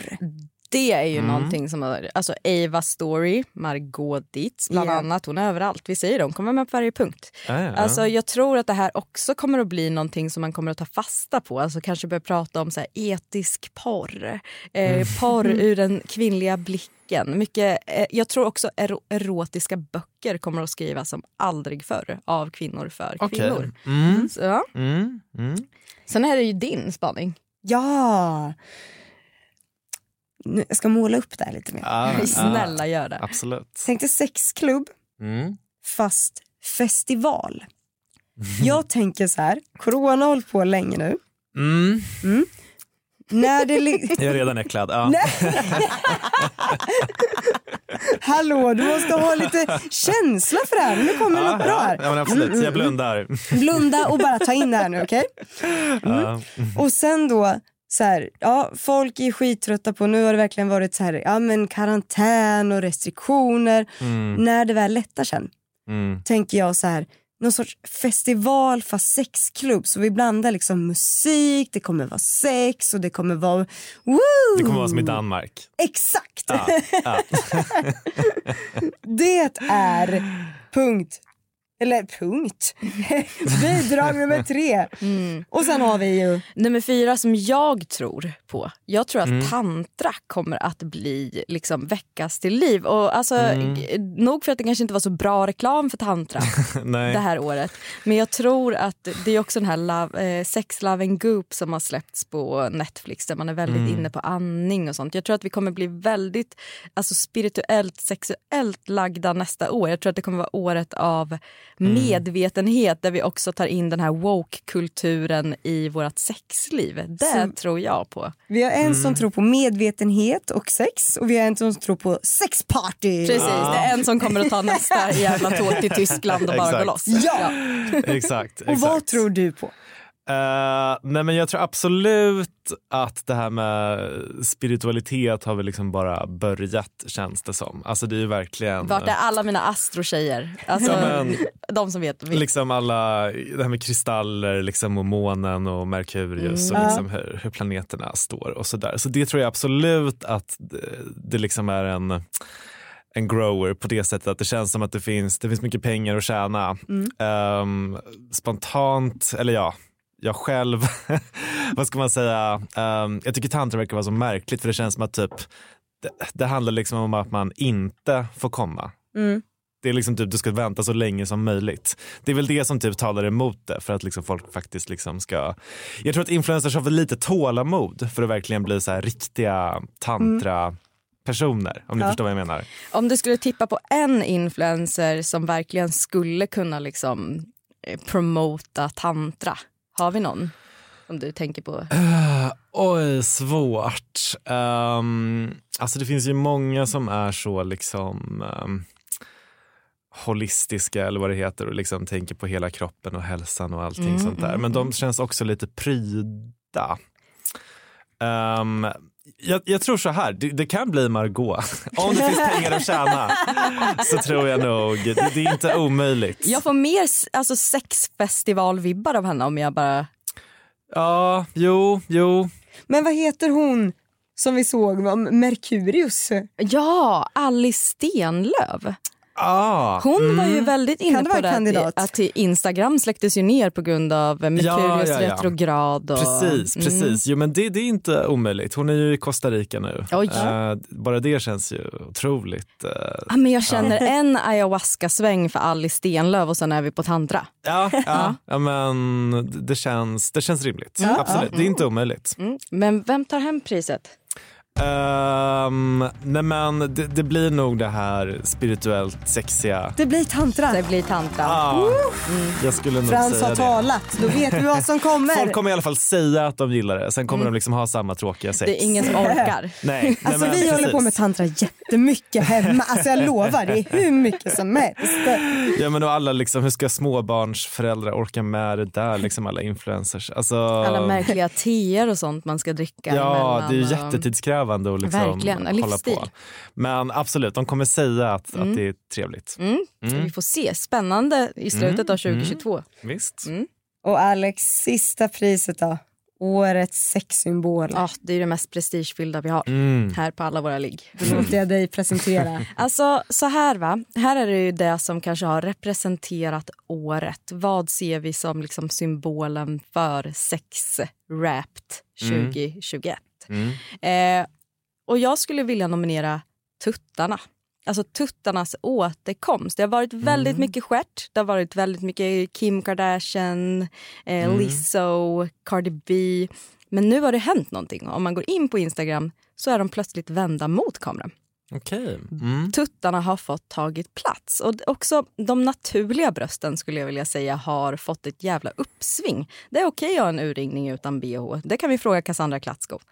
S3: Det är ju
S2: Mm.
S3: någonting som, har- alltså Ava Story, Margot Dietz bland
S2: Ja.
S3: annat, hon är överallt. Vi säger det, hon kommer med på varje punkt.
S4: Ja, ja.
S3: Alltså jag tror att det här också kommer att bli någonting som man kommer att ta fasta på. Alltså kanske börja prata om så här, etisk porr,
S4: Mm.
S3: eh, porr ur den kvinnliga blicken. Mycket, eh, jag tror också ero- erotiska böcker kommer att skrivas som aldrig förr av kvinnor för
S4: Okej.
S3: kvinnor.
S4: Mm,
S3: Så, ja.
S4: mm, mm.
S3: Sen är det ju din spaning.
S2: Ja! Nu, jag ska måla upp det här lite mer.
S4: Ja, ja,
S3: Snälla gör det.
S4: Absolut.
S2: Tänkte sexklubb
S4: Mm.
S2: fast festival. Jag tänker så här, corona har hållit på länge nu.
S4: Mm.
S2: När det li-
S4: Jag är redan äcklad. Ja.
S2: Hallå, du måste ha lite känsla för det här. Nu kommer
S4: Ja,
S2: något bra
S4: Ja,
S2: här.
S4: men absolut. Jag blundar.
S2: Blunda och bara ta in det här nu, okej? Mm.
S4: Ja.
S2: Och sen då, så här, ja, folk är skittrötta på, nu har det verkligen varit så här, ja men karantän och restriktioner.
S4: Mm.
S2: När det väl lättar sen,
S4: Mm.
S2: tänker jag så här, någon sorts festival fast sexklubb. Så vi blandar liksom musik, det kommer vara sex och det kommer vara woo!
S4: Det kommer vara som
S3: Mm.
S4: i Danmark.
S2: Exakt!
S4: Ja. Ja.
S2: Det är punkt. Eller punkt. Bidrag nummer tre. Och sen har vi ju...
S3: Nummer fyra som jag tror på. Jag tror att tantra kommer att bli liksom väckas till liv. Och alltså, g- Nog för att det kanske inte var så bra reklam för tantra
S4: Nej.
S3: det här året. Men jag tror att det är också den här love, eh, Sex, Love and Goop som har släppts på Netflix där man är väldigt
S4: Mm.
S3: inne på andning och sånt. Jag tror att vi kommer bli väldigt alltså, spirituellt, sexuellt lagda nästa år. Jag tror att det kommer vara året av
S4: Mm.
S3: medvetenhet där vi också tar in den här woke-kulturen i vårt sexliv. Det
S2: Så-
S3: tror jag på.
S2: Vi har en
S4: Mm.
S2: som tror på medvetenhet och sex och vi har en som tror på sexparty.
S3: Precis, det är en som kommer att ta nästa jävla tåg till Tyskland och bara gå
S4: Exakt.
S3: loss.
S2: Ja.
S4: Exakt.
S2: Och vad
S4: exakt.
S2: tror du på?
S4: Eh, nej men jag tror absolut att det här med spiritualitet har väl liksom bara börjat känns det som. Alltså det är ju verkligen
S3: Vart är alla mina astrotjejer? Alltså,
S4: Ja, men-
S3: de som vet, vet.
S4: liksom alla, det här med kristaller liksom och månen och Merkurius och liksom hur, hur planeterna står och sådär. Så det tror jag absolut att det, det liksom är en en grower på det sättet att det känns som att det finns, det finns mycket pengar att tjäna. Ehm, spontant, eller ja, jag själv, vad ska man säga, Ehm, jag tycker tantra verkar vara så märkligt för det känns som att typ, det, det handlar liksom om att man inte får komma. Det är liksom typ du ska vänta så länge som möjligt. Det är väl det som typ talar emot det för att liksom folk faktiskt liksom ska. Jag tror att influencers har för lite tålamod för att verkligen bli så här riktiga tantra personer om ni förstår vad jag menar.
S3: Om du skulle tippa på en influencer som verkligen skulle kunna liksom eh, promota tantra, har vi någon? Som du tänker på?
S4: Eh, Oj, svårt. Ehm, alltså det finns ju många som är så liksom ehm, holistiska eller vad det heter och liksom tänker på hela kroppen och hälsan och allting sånt där. Men de känns också lite pryda. Ehm, jag, jag tror så här, det, det kan bli Margot. Om det finns pengar att tjäna så tror jag nog, det, det är inte omöjligt.
S3: Jag får mer s- alltså, sexfestivalvibbar av henne om jag bara...
S4: Ja, jo, jo.
S2: Men vad heter hon som vi såg, om Merkurius?
S3: Ja, Alice Stenlöf.
S4: Ah.
S3: Hon var ju väldigt inne
S2: Kan det
S3: på
S2: vara en
S3: det att,
S2: kandidat?
S3: att Instagram släcktes ju ner på grund av Merkurius
S4: Ja, ja, ja.
S3: retrograd. Och,
S2: Alltså,
S4: Precis,
S3: Mm.
S4: precis. Jo, men det, det är inte omöjligt. Hon är ju i Costa Rica nu.
S3: Oj.
S4: Eh, bara det känns ju otroligt. eh,
S3: Ja, men jag känner en ayahuasca-sväng för Alice Stenlöf och sen är vi på tantra.
S4: ja, ja, ja, men
S2: Mm.
S3: Mm.
S4: det- det känns, det känns rimligt. Absolut, det är inte omöjligt.
S3: Men vem tar hem priset?
S4: Ehm, nej men det, det blir nog det här spirituellt sexiga.
S2: Det blir tantra.
S3: Det blir tantra.
S4: Ah, Jag skulle nog
S2: Frans
S4: säga
S2: har
S4: det.
S2: talat, då vet vi vad som kommer.
S4: Folk kommer i alla fall säga att de gillar det, sen kommer
S2: Mm.
S4: de liksom ha samma tråkiga sex.
S3: Det är ingen som orkar.
S4: Nej, nej,
S2: Alltså
S4: men
S2: vi håller
S4: precis.
S2: på med tantra jättemycket hemma. Alltså jag lovar, det är hur mycket som helst.
S4: Ja men och alla liksom, hur ska småbarnsföräldrar orka med det där liksom alla influencers? Alltså,
S3: Alla märkliga teer och sånt man ska dricka.
S4: Ja,
S3: emellan
S4: det är ju
S3: och-
S4: jättetidskrävande att liksom
S3: Verkligen, en
S4: hålla
S3: livsstil.
S4: på. Men absolut, de kommer säga att, att det är trevligt.
S3: Mm.
S4: Mm.
S3: Vi får se. Spännande i slutet
S4: Mm,
S3: av 2022.
S4: Visst.
S3: Mm.
S2: Och Alex, sista priset då? Årets sexsymbol.
S3: Ja, det är ju det mest prestigefyllda vi har
S4: Mm.
S3: här på alla våra ligg.
S2: Då låter jag dig presentera.
S3: Alltså så här va, här är det ju det som kanske har representerat året. Vad ser vi som liksom symbolen för sex wrapped
S4: Mm.
S3: 2021?
S4: Mm.
S3: Eh, och jag skulle vilja nominera tuttarna. Alltså tuttarnas återkomst. Det har varit
S4: Mm.
S3: väldigt mycket stjärt. Det har varit väldigt mycket Kim Kardashian, eh,
S4: Mm.
S3: Lizzo, Cardi B. Men nu har det hänt någonting. Om man går in på Instagram så är de plötsligt vända mot kameran
S4: Okej. Mm.
S3: tuttarna har fått tagit plats. Och d- också de naturliga brösten skulle jag vilja säga har fått ett jävla uppsving. Det är okej att ha en urringning utan bh. Det kan vi fråga Cassandra Klatskov.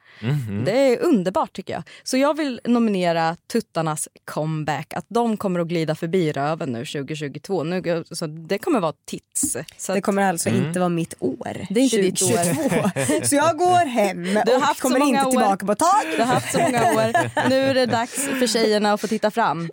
S3: Det är underbart tycker jag. Så jag vill nominera tuttarnas comeback. Att de kommer att glida förbi röven nu 2022. Nu, så det kommer vara tits. Så
S2: Det
S3: att-
S2: kommer alltså
S4: Mm.
S2: inte vara mitt år.
S3: Det är inte ditt år.
S2: 2022. Så jag går hem
S3: Du har
S2: och
S3: haft så
S2: kommer
S3: många
S2: inte
S3: år.
S2: tillbaka på ett tag.
S3: Du har haft så många år. Nu är det dags för tjejerna att få titta fram.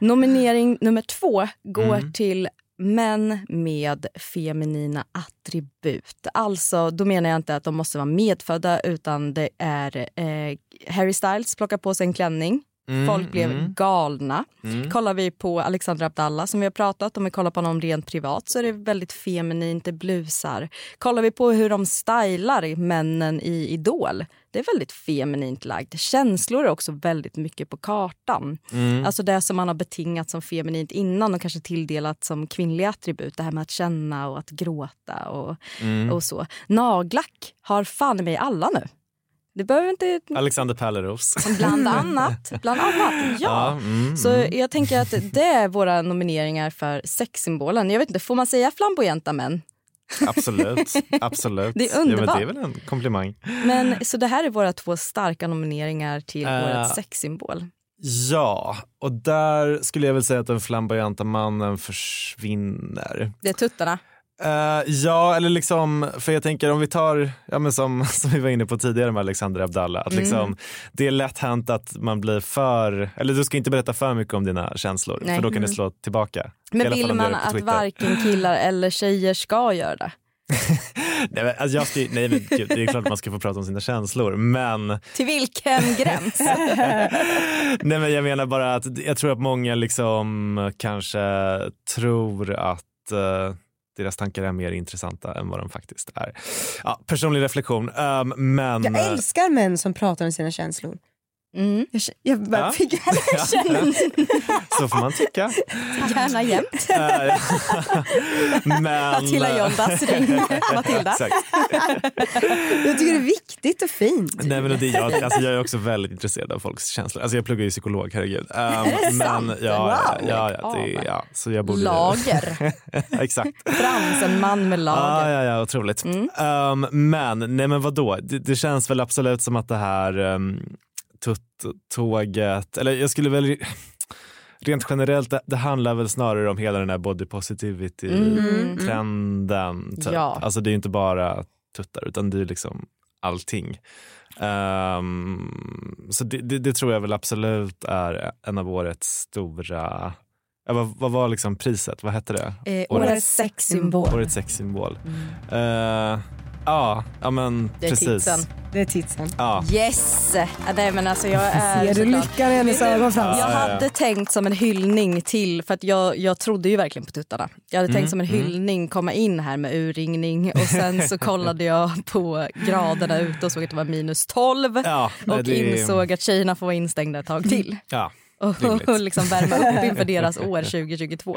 S3: Nominering nummer två går till män med feminina attribut. Alltså, då menar jag inte att de måste vara medfödda utan det är eh, Harry Styles plockar på sig en klänning. Folk blev galna. Kollar vi på Alexandra Abdallah som vi har pratat om, vi kollar på honom rent privat så är det väldigt feminint, det blusar. Kollar vi på hur de stylar männen i Idol, det är väldigt feminint lagt. Känslor är också väldigt mycket på kartan. Alltså det som man har betingat som feminint innan och kanske tilldelat som kvinnliga attribut. Det här med att känna och att gråta och, och så. Nagellack har fan i mig alla nu. Det behöver inte...
S4: Alexander Pärleros.
S3: Bland
S2: Mm.
S3: annat. Bland annat, ja.
S4: mm,
S3: Så jag tänker att det är våra nomineringar för sexsymbolen. Jag vet inte, får man säga flamboyanta män?
S4: Absolut. absolut.
S3: Det är
S4: Ja, men
S3: underbart.
S4: det är väl en komplimang.
S3: Men så det här är våra två starka nomineringar till
S4: Äh.
S3: årets sexsymbol.
S4: Ja, och där skulle jag väl säga att den flamboyanta mannen försvinner.
S3: Det är tuttarna.
S4: Eh, ja, eller liksom, för jag tänker om vi tar, ja, men som, som vi var inne på tidigare med Alexander Abdallah,
S3: Mm.
S4: att liksom, det är lätt hänt att man blir för, eller du ska inte berätta för mycket om dina känslor,
S3: Nej. Mm.
S4: för då kan det slå tillbaka. I
S3: Men
S4: alla fall
S3: vill
S4: om du gör
S3: man
S4: det på
S3: att
S4: Twitter.
S3: varken killar eller tjejer ska göra det?
S4: Nej men, alltså, jag ska, ju- nej, men gud, det är klart man ska få prata om sina känslor, men
S3: Till vilken gräns?
S4: Nej men jag menar bara att jag tror att många liksom kanske tror att eh, deras tankar är mer intressanta än vad de faktiskt är. Ja, personlig reflektion. Ehm, men,
S2: Jag älskar män som pratar om sina känslor.
S3: Mm.
S2: Jag, k- jag bara
S4: Ja.
S2: fick
S4: Ja, så får man tycka.
S3: Gärna jämt.
S4: Eh, men, eh,
S3: Matilda Jondas ring. Matilda.
S4: Exakt.
S2: Jag tycker det är viktigt och fint.
S4: Nej, men det, jag, alltså, jag är också väldigt intresserad av folks känslor. Alltså, jag pluggar ju psykolog, herregud. Um, är det men, sant? Ja,
S3: Wow.
S4: ja, ja, det,
S3: Av.
S4: ja, så jag borde...
S3: Lager.
S4: Exakt.
S3: Frans, en man med lager.
S4: Ah, ja, ja, otroligt. Ehm, men, nej men vadå, det, det känns väl absolut som att det här um, tutt-tåget, eller jag skulle väl rent generellt, det, det handlar väl snarare om hela den här body
S3: Mm.
S4: positivity-trenden. Typ.
S3: Ja.
S4: Alltså det är ju inte bara tuttar utan det är ju liksom allting. Ehm, så det, det, det tror jag väl absolut är en av årets stora, ja, vad, vad var liksom priset, vad hette det?
S3: Eh,
S4: Årets-
S3: årets sexsymbol.
S4: Årets sexsymbol. Eh, ja, ja men
S3: Det är
S4: precis.
S3: titeln.
S2: Det är titsen.
S4: Ja.
S3: Yes! Ja, Nej, men alltså jag är
S2: Ser du
S3: såklart-
S2: lyckan i hennes ögon Frans?
S4: Ah,
S3: Jag hade tänkt som en hyllning till, för att jag, jag trodde ju verkligen på tuttarna. Jag hade
S4: Mm,
S3: tänkt som en hyllning komma in här med urringning och sen så kollade jag på graderna ute och såg att det var minus 12
S4: Ja, nej,
S3: och
S4: det är-
S3: insåg att tjejerna får vara instängda ett tag till.
S4: ja.
S3: Och,
S4: Rimligt.
S3: liksom värma upp inför deras år 2022.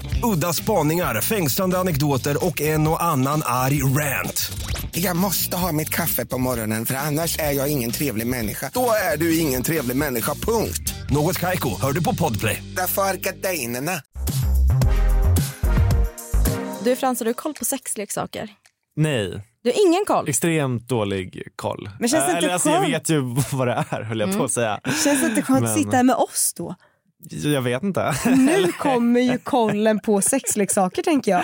S10: Udda spaningar, fängslande anekdoter och en och annan arg rant.
S11: Jag måste ha mitt kaffe på morgonen för annars är jag ingen trevlig människa.
S8: Då är du ingen trevlig människa, punkt.
S10: Något Kaiko, hör du på podplay.
S8: Därför är gardinerna.
S3: Du Frans, har du koll på sexleksaker?
S4: Nej.
S3: Du har ingen koll?
S4: Extremt dålig koll.
S2: Men känns det
S4: Eh,
S2: inte
S4: Eller, alltså, jag
S2: skönt?
S4: vet ju vad det är höll jag på att säga.
S2: Känns det inte skönt
S4: Men-
S2: att sitta här med oss då?
S4: Jag vet inte.
S2: Nu kommer ju kollen på sexleksaker tänker jag.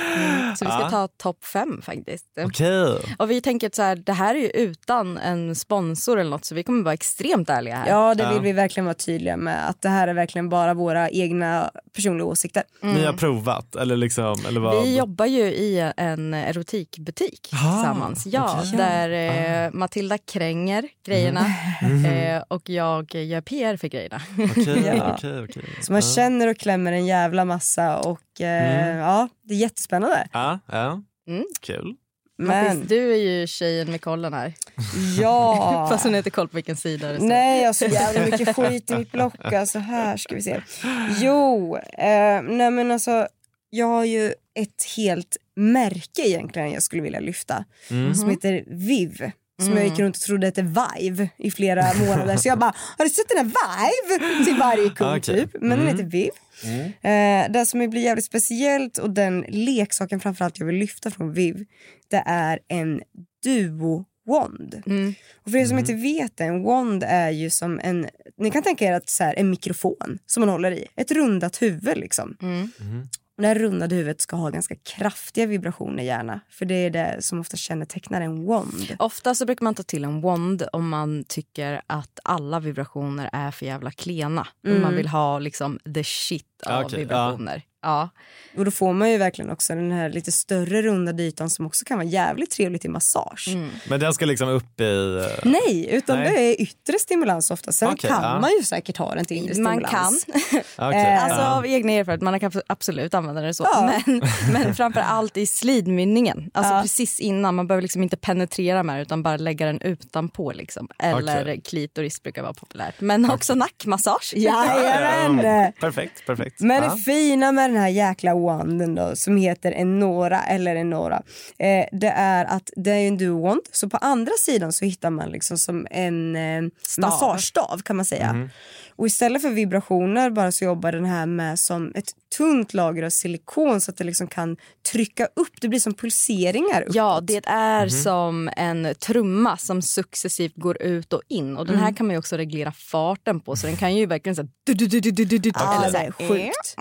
S3: Så vi ska
S4: Ja.
S3: ta topp fem faktiskt.
S4: Okej.
S3: Och vi tänker att så här, det här är ju utan en sponsor eller något så vi kommer vara extremt ärliga här.
S2: Ja, det vill vi verkligen vara tydliga med. Att det här är verkligen bara våra egna personliga åsikter.
S4: Ni har provat eller liksom eller vad?
S3: Vi jobbar ju i en erotikbutik
S2: Ah,
S3: tillsammans. Ja,
S4: okej.
S3: Där eh, Matilda kränger grejerna
S2: Mhm.
S3: eh, och jag gör PR för grejerna.
S2: Ja.
S4: Okej, okej.
S2: Så man känner och klämmer en jävla massa och eh,
S4: Mm.
S2: ja, det är jättespännande.
S4: Ja, ja.
S3: Mm.
S4: Kul.
S2: Men-
S3: Mattis, du är ju tjejen med kollen här.
S2: Ja.
S3: Fast hon har inte koll på vilken sida det står.
S2: Nej, jag har så jävla mycket skit i mitt block. Alltså här ska vi se. Jo, eh, nej men alltså jag har ju ett helt märke egentligen jag skulle vilja lyfta
S12: Mm.
S2: som heter Viv. Som
S12: Mm.
S2: jag gick runt och trodde hette Vive i flera månader. Så jag bara, har du sett den här Vive? Till varje kund
S12: Okej.
S2: typ. Men den
S12: Mm.
S2: heter Viv. Eh, det som blir jävligt speciellt och den leksaken framförallt jag vill lyfta från Viv det är en duo-wand.
S3: Mm,
S2: Och för er
S4: Mm.
S2: som inte vet det, en wand är ju som en, ni kan tänka er att så här, en mikrofon som man håller i, ett rundat huvud liksom.
S3: mm.
S2: Och det här rundade huvudet ska ha ganska kraftiga vibrationer gärna, för det är det som ofta kännetecknar en wand.
S3: Ofta så brukar man ta till en wand om man tycker att alla vibrationer är för jävla klena.
S2: Mm.
S3: Man vill ha liksom the shit av
S2: Okej, ja.
S3: vibrationer. Ja.
S2: Och då får man ju verkligen också den här lite större rundade ytan som också kan vara jävligt trevlig till massage.
S3: Mm.
S4: Men den ska liksom upp i... eh,
S2: Nej, utan
S4: Nej.
S2: det är yttre stimulans ofta. Sen
S4: Okej,
S2: kan
S4: ja.
S2: man ju säkert ha den till inre
S3: Man
S2: stimulans.
S3: kan.
S4: Okej,
S3: Eh, alltså
S4: ja.
S3: av egna erfarenhet, man kan absolut använda det så.
S2: Ja.
S3: Men, men framför allt i slidmynningen, alltså precis innan. Man behöver liksom inte penetrera med det, utan bara lägga den utanpå. Liksom. Eller
S4: Okej.
S3: klitoris brukar vara populärt. Men också nackmassage.
S2: Jajamän!
S4: Ja, Perfekt, perfekt.
S2: Men
S4: Ja.
S2: det fina med den här jäkla wanden då, som heter Enora eller Enora, eh, det är att det är ju en duo-wand. Så på andra sidan så hittar man liksom som en eh, massagestav kan man säga. Och istället för vibrationer bara så jobbar den här med som ett tunt lager av silikon så att det liksom kan trycka upp, det blir som pulseringar uppåt.
S3: Ja, det är
S2: Mhm.
S3: som en trumma som successivt går ut och in. Och Den här
S2: Mm.
S3: kan man ju också reglera farten på, så den kan ju verkligen... Så här, du, du, du, du, du, du, du,
S2: Ja,
S3: eller
S2: det
S3: så
S2: är
S3: här,
S2: sjukt.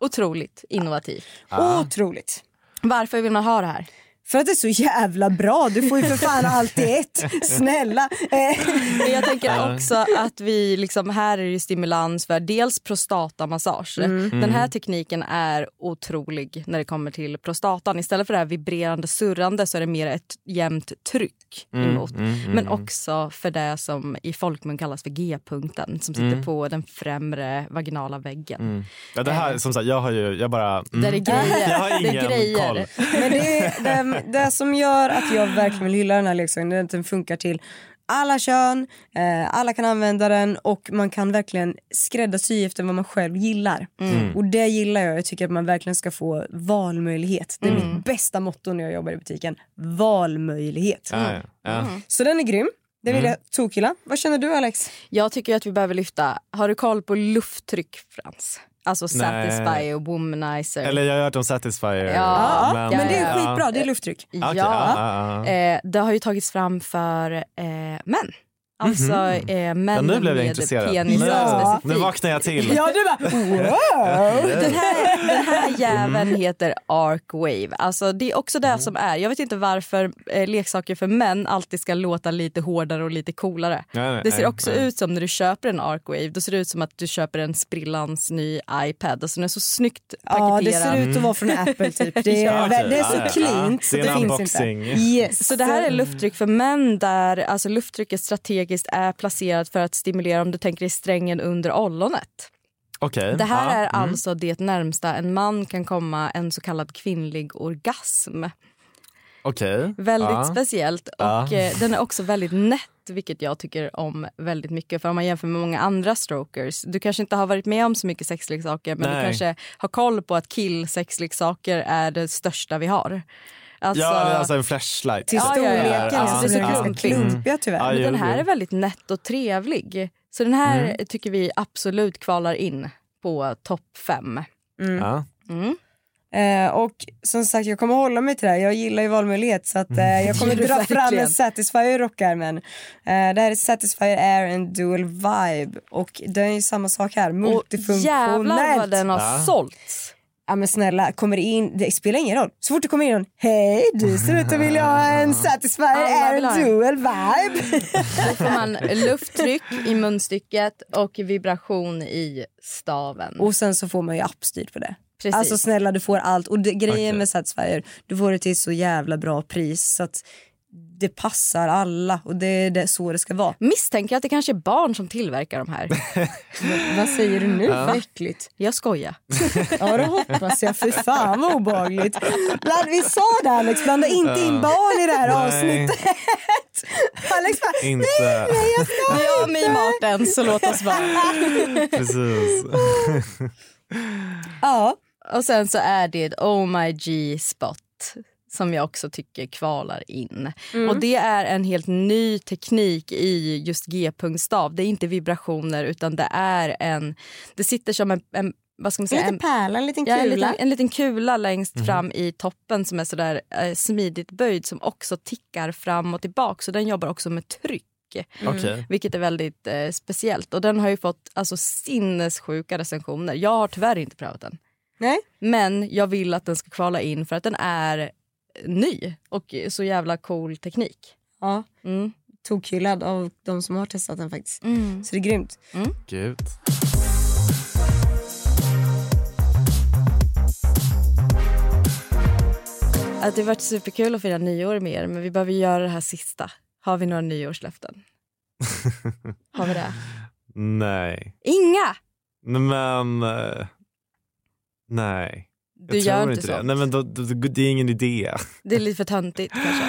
S3: Otroligt innovativt.
S2: Ah. Otroligt.
S3: Varför vill man ha det här?
S2: För att det är så jävla bra, du får ju för fan allt i ett. Snälla. Eh.
S3: Men jag
S2: Ja.
S3: tänker också att vi liksom, här är det ju stimulans för dels prostatamassage.
S2: Mm.
S3: Den här
S2: Mm.
S3: tekniken är otrolig när det kommer till prostatan. Istället för det här vibrerande surrande så är det mer ett jämnt tryck
S2: Mm,
S3: emot.
S2: mm, mm,
S3: Men
S2: mm.
S3: också för det som i folkmun kallas för G-punkten som sitter
S4: Mm.
S3: på den främre vaginala väggen.
S4: Mm. Ja, det här, som sagt, jag har ju, jag bara... Mm.
S3: Där är grejer.
S4: Jag har
S3: Det är
S4: ingen
S3: grejer.
S4: koll.
S2: Men det, det, det som gör att jag verkligen vill hylla den här leksaken det är att den funkar till alla kön, eh, alla kan använda den och man kan verkligen skräddarsy efter vad man själv gillar.
S12: Mm.
S2: Och det gillar jag. Jag tycker att man verkligen ska få valmöjlighet. Det är
S12: Mm.
S2: mitt bästa motto när jag jobbar i butiken. Valmöjlighet.
S4: Ja, ja, ja.
S2: Så den är grym. Det vill
S4: Mm.
S2: jag tokhylla. Vad känner du Alex?
S3: Jag tycker att vi behöver lyfta, har du koll på lufttryck Frans? Alltså
S4: Nej.
S3: Satisfy och Womanizer.
S4: Eller jag har hört om Satisfyer.
S3: Ja, ja,
S2: men det är
S4: ja.
S2: skitbra. Det är lufttryck.
S4: Okej,
S3: ja,
S4: ja, ja, ja.
S3: Eh, det har ju tagits fram för eh, män. Alltså
S4: Mhm.
S3: eh,
S4: Ja,
S3: männen
S4: nu blev jag
S3: med
S4: intresserad.
S3: penisar specifikt.
S4: Nu vaknar jag till.
S3: Ja,
S2: du bara
S4: wow.
S3: Den här, den här jäveln
S4: Mm.
S3: heter Arcwave. Alltså, det är också det som är. Jag vet inte varför eh, leksaker för män alltid ska låta lite hårdare och lite coolare.
S4: Nej, nej,
S3: det ser
S4: nej,
S3: också
S4: nej.
S3: ut som när du köper en Arcwave. Då ser det ut som att du köper en sprillans ny iPad. Alltså, den är så snyggt
S2: Ja,
S3: paketerad.
S2: det ser ut att vara från Apple typ. Det är,
S3: Mm. Ja,
S2: vä- det är
S3: typ. Ja,
S2: så
S3: ja.
S2: cleant så
S3: Det är
S2: det
S3: en
S2: finns
S3: unboxing.
S2: inte. Yes.
S3: Så det här är lufttryck för män där alltså lufttrycket strategiskt är placerat för att stimulera om du tänker i strängen under ollonet.
S4: Okej.
S3: Det här
S4: Ja,
S3: är
S4: mm.
S3: alltså det närmsta en man kan komma en så kallad kvinnlig orgasm.
S4: Okej.
S3: Väldigt
S4: Ja.
S3: speciellt och
S4: Ja.
S3: eh, den är också väldigt nätt vilket jag tycker om väldigt mycket. För om man jämför med många andra strokers, du kanske inte har varit med om så mycket sexleksaker men
S4: Nej.
S3: du kanske har koll på att killsexleksaker är det största vi har. Alltså-
S4: ja, eller alltså en flashlight.
S3: Till
S4: typ.
S3: storleken,
S4: Eller-
S3: alltså,
S4: ja,
S3: det ser
S4: ja.
S3: ganska klumpiga
S2: tyvärr.
S4: Ja,
S3: men
S4: jo,
S3: den här
S4: jo.
S3: är väldigt nätt och trevlig. Så den här
S4: Mm.
S3: tycker vi absolut kvalar in på topp fem.
S2: Mm.
S4: Ja.
S3: Mm.
S2: Eh, och som sagt, jag kommer hålla mig till det här. Jag gillar ju valmöjlighet så att, eh, jag kommer
S3: Mm.
S2: dra fram en
S3: Verkligen.
S2: Satisfyer i rockärmen. Eh, det här är Satisfyer Air and Dual Vibe och det är ju samma sak här, multifunktionellt.
S3: jävlar vad den har Ja. sålts.
S2: Ja men snälla, kommer det in, det spelar ingen roll. Så fort det kommer in någon, hej du ser ut att vilja ha en Satisfyer
S3: Alla
S2: Air
S3: vill ha
S2: and
S3: en.
S2: Dual Vibe.
S3: Då får man lufttryck i munstycket och vibration i staven.
S2: Och sen så får man ju appstyrt på det.
S3: Mm. Precis.
S2: Alltså snälla du får allt och det, grejen med Satisfyer, du får det till så jävla bra pris så att det passar alla och det är det, så det ska vara.
S3: Misstänker att det kanske är barn som tillverkar de här.
S2: Vad säger du nu?
S3: Ja.
S2: Vad äckligt.
S3: Jag skojar.
S2: Ja det hoppas jag, fy fan vad obehagligt. Bland, vi sa det Alex, blanda inte in
S4: Ja.
S2: barn i det här
S4: Nej.
S2: avsnittet. Alex bara,
S4: Inte.
S2: nej nej jag
S3: Vi
S2: ska
S3: har
S2: inte.
S3: mimat den så låt oss vara.
S4: Precis.
S3: Mm.
S2: Ja.
S3: Och sen så är det ett Oh My G-spot som jag också tycker kvalar in.
S2: Mm.
S3: Och Det är en helt ny teknik i just g-punktstav. Det är inte vibrationer, utan det är en... Det sitter som en... en vad ska man säga?
S2: En liten pärla, en liten
S3: Ja, en,
S2: kula.
S3: liten, en liten kula längst fram i toppen som är sådär eh, smidigt böjd som också tickar fram och tillbaka. Så den jobbar också med tryck.
S4: Okej.
S3: Vilket är väldigt eh, speciellt. Och den har ju fått alltså, sinnessjuka recensioner. Jag har tyvärr inte prövat den.
S2: Nej.
S3: Men jag vill att den ska kvala in för att den är eh, ny och så jävla cool teknik.
S2: Ja.
S3: Mm.
S2: Tokhyllad av de som har testat den faktiskt.
S3: Mm.
S2: Så det är grymt.
S4: Gud.
S3: Att det har varit superkul att fira nyår med er men vi behöver göra det här sista. Har vi några nyårslöften? Har vi det?
S4: Nej.
S3: Inga!
S4: Men... eh, Nej. Jag
S3: Du
S4: tror
S3: gör
S4: inte
S3: inte
S4: det.
S3: sånt.
S4: Nej, men då, då, då, det är ingen idé.
S3: Det är lite för töntigt kanske.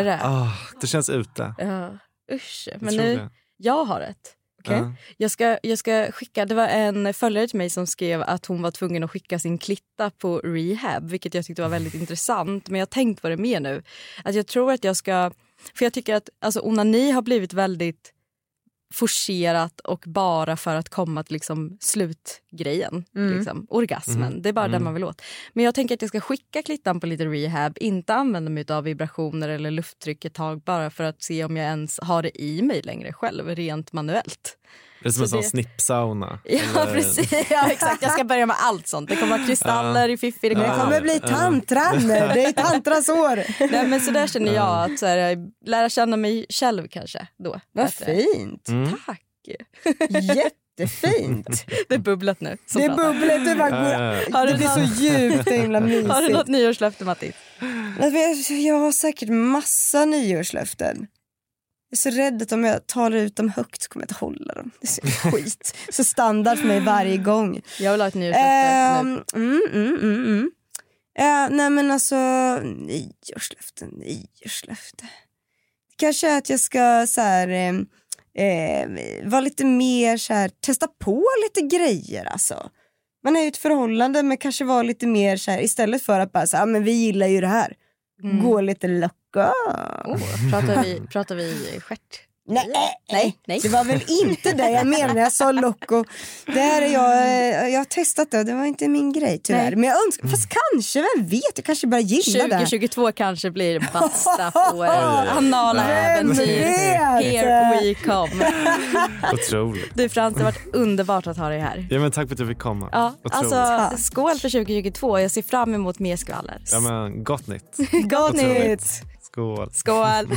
S3: Är det?
S4: Ah, det känns ute.
S3: Ja. Usch.
S4: Jag
S3: Men
S4: tror
S3: nu,
S4: det.
S3: jag har ett.
S4: Okej. Ja.
S3: Jag, ska, jag ska skicka, det var en följare till mig som skrev att hon var tvungen att skicka sin klitta på rehab, vilket jag tyckte var väldigt intressant. Men jag har tänkt på det mer nu. Att jag tror att jag ska, för jag tycker att alltså, onani har blivit väldigt forcerat och bara för att komma till liksom slutgrejen.
S2: Mm.
S3: Liksom. Orgasmen.
S2: Mm.
S3: Det är bara den
S2: Mm.
S3: man vill åt. Men jag tänker att jag ska skicka klittan på lite rehab. Inte använda mig av vibrationer eller lufttryck ett tag bara för att se om jag ens har det i mig längre själv, rent manuellt.
S4: Det är som en
S3: Så
S4: sån
S3: det-
S4: snippsauna.
S3: Ja,
S4: Eller-
S3: precis. Ja, exakt. Jag ska börja med allt sånt. Det kommer att kristaller i fiffi.
S4: Det kommer bli tantran. Det
S2: är tantrans år.
S3: Nej, men så där känner jag. att så här, eh, Lära känna mig själv kanske. Då,
S2: Vad
S3: bättre.
S2: fint.
S4: Mm.
S2: Mm.
S3: Tack.
S2: Jättefint.
S3: Det är bubblat nu. som
S2: Det är
S3: pratar.
S2: bubblet, det bara går-
S3: Ja, ja, ja.
S2: det
S3: Har du
S2: blir
S3: något-
S2: så djupt och himla
S3: Har du
S2: mysigt.
S3: något nyårslöfte, Mattis?
S2: Nej, men Jag, jag har säkert massa nyårslöften. Jag är så rädd att om jag talar ut dem högt så kommer jag inte hålla dem. Det är så skit. Så standard för mig varje gång.
S3: Jag vill ha ett nyårslöfte. nu.
S2: Ehm, mm, mm, mm, mm. Eh, nej men alltså, nyårslöfte, nyårslöfte. Kanske att jag ska så här, ehm, ehm, vara lite mer så här, testa på lite grejer alltså. Man är ju i ett förhållande men kanske vara lite mer så här, istället för att bara säga ah, men vi gillar
S3: Mm.
S2: ju det här. Gå lite locka.
S3: Åh, pratar, vi, pratar vi stjärt?
S2: Nej, nej, nej. Det var väl inte det jag menade när jag sa Loco. Det här är jag, jag har testat det och det var inte min grej tyvärr.
S3: Nej.
S2: Men jag önskar, fast kanske, vem vet, jag kanske bara gillar det.
S3: 2022 kanske blir basta år. Anala
S2: Vem
S3: äventyr.
S2: vet?
S3: Here we come.
S4: Otroligt.
S3: Du Frans, det har varit underbart att ha dig här.
S4: Ja, men tack för att jag fick komma.
S3: Ja,
S4: Otroligt.
S3: alltså, skål för 2022. Jag ser fram emot mer skvaller.
S4: Ja, men gott nytt.
S3: Gott
S4: Otroligt.
S3: nytt!
S4: Skål.
S3: Skål!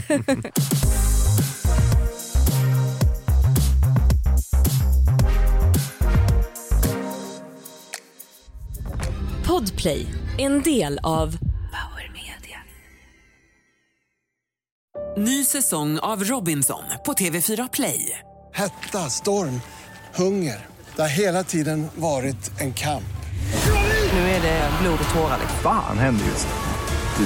S9: Podplay, en del av Power Media.
S13: Ny säsong av Robinson på TV4 Play.
S12: Hetta, storm, hunger. Det har hela tiden varit en kamp.
S13: Nu är det blod och tårar.
S14: Fan händer just nu.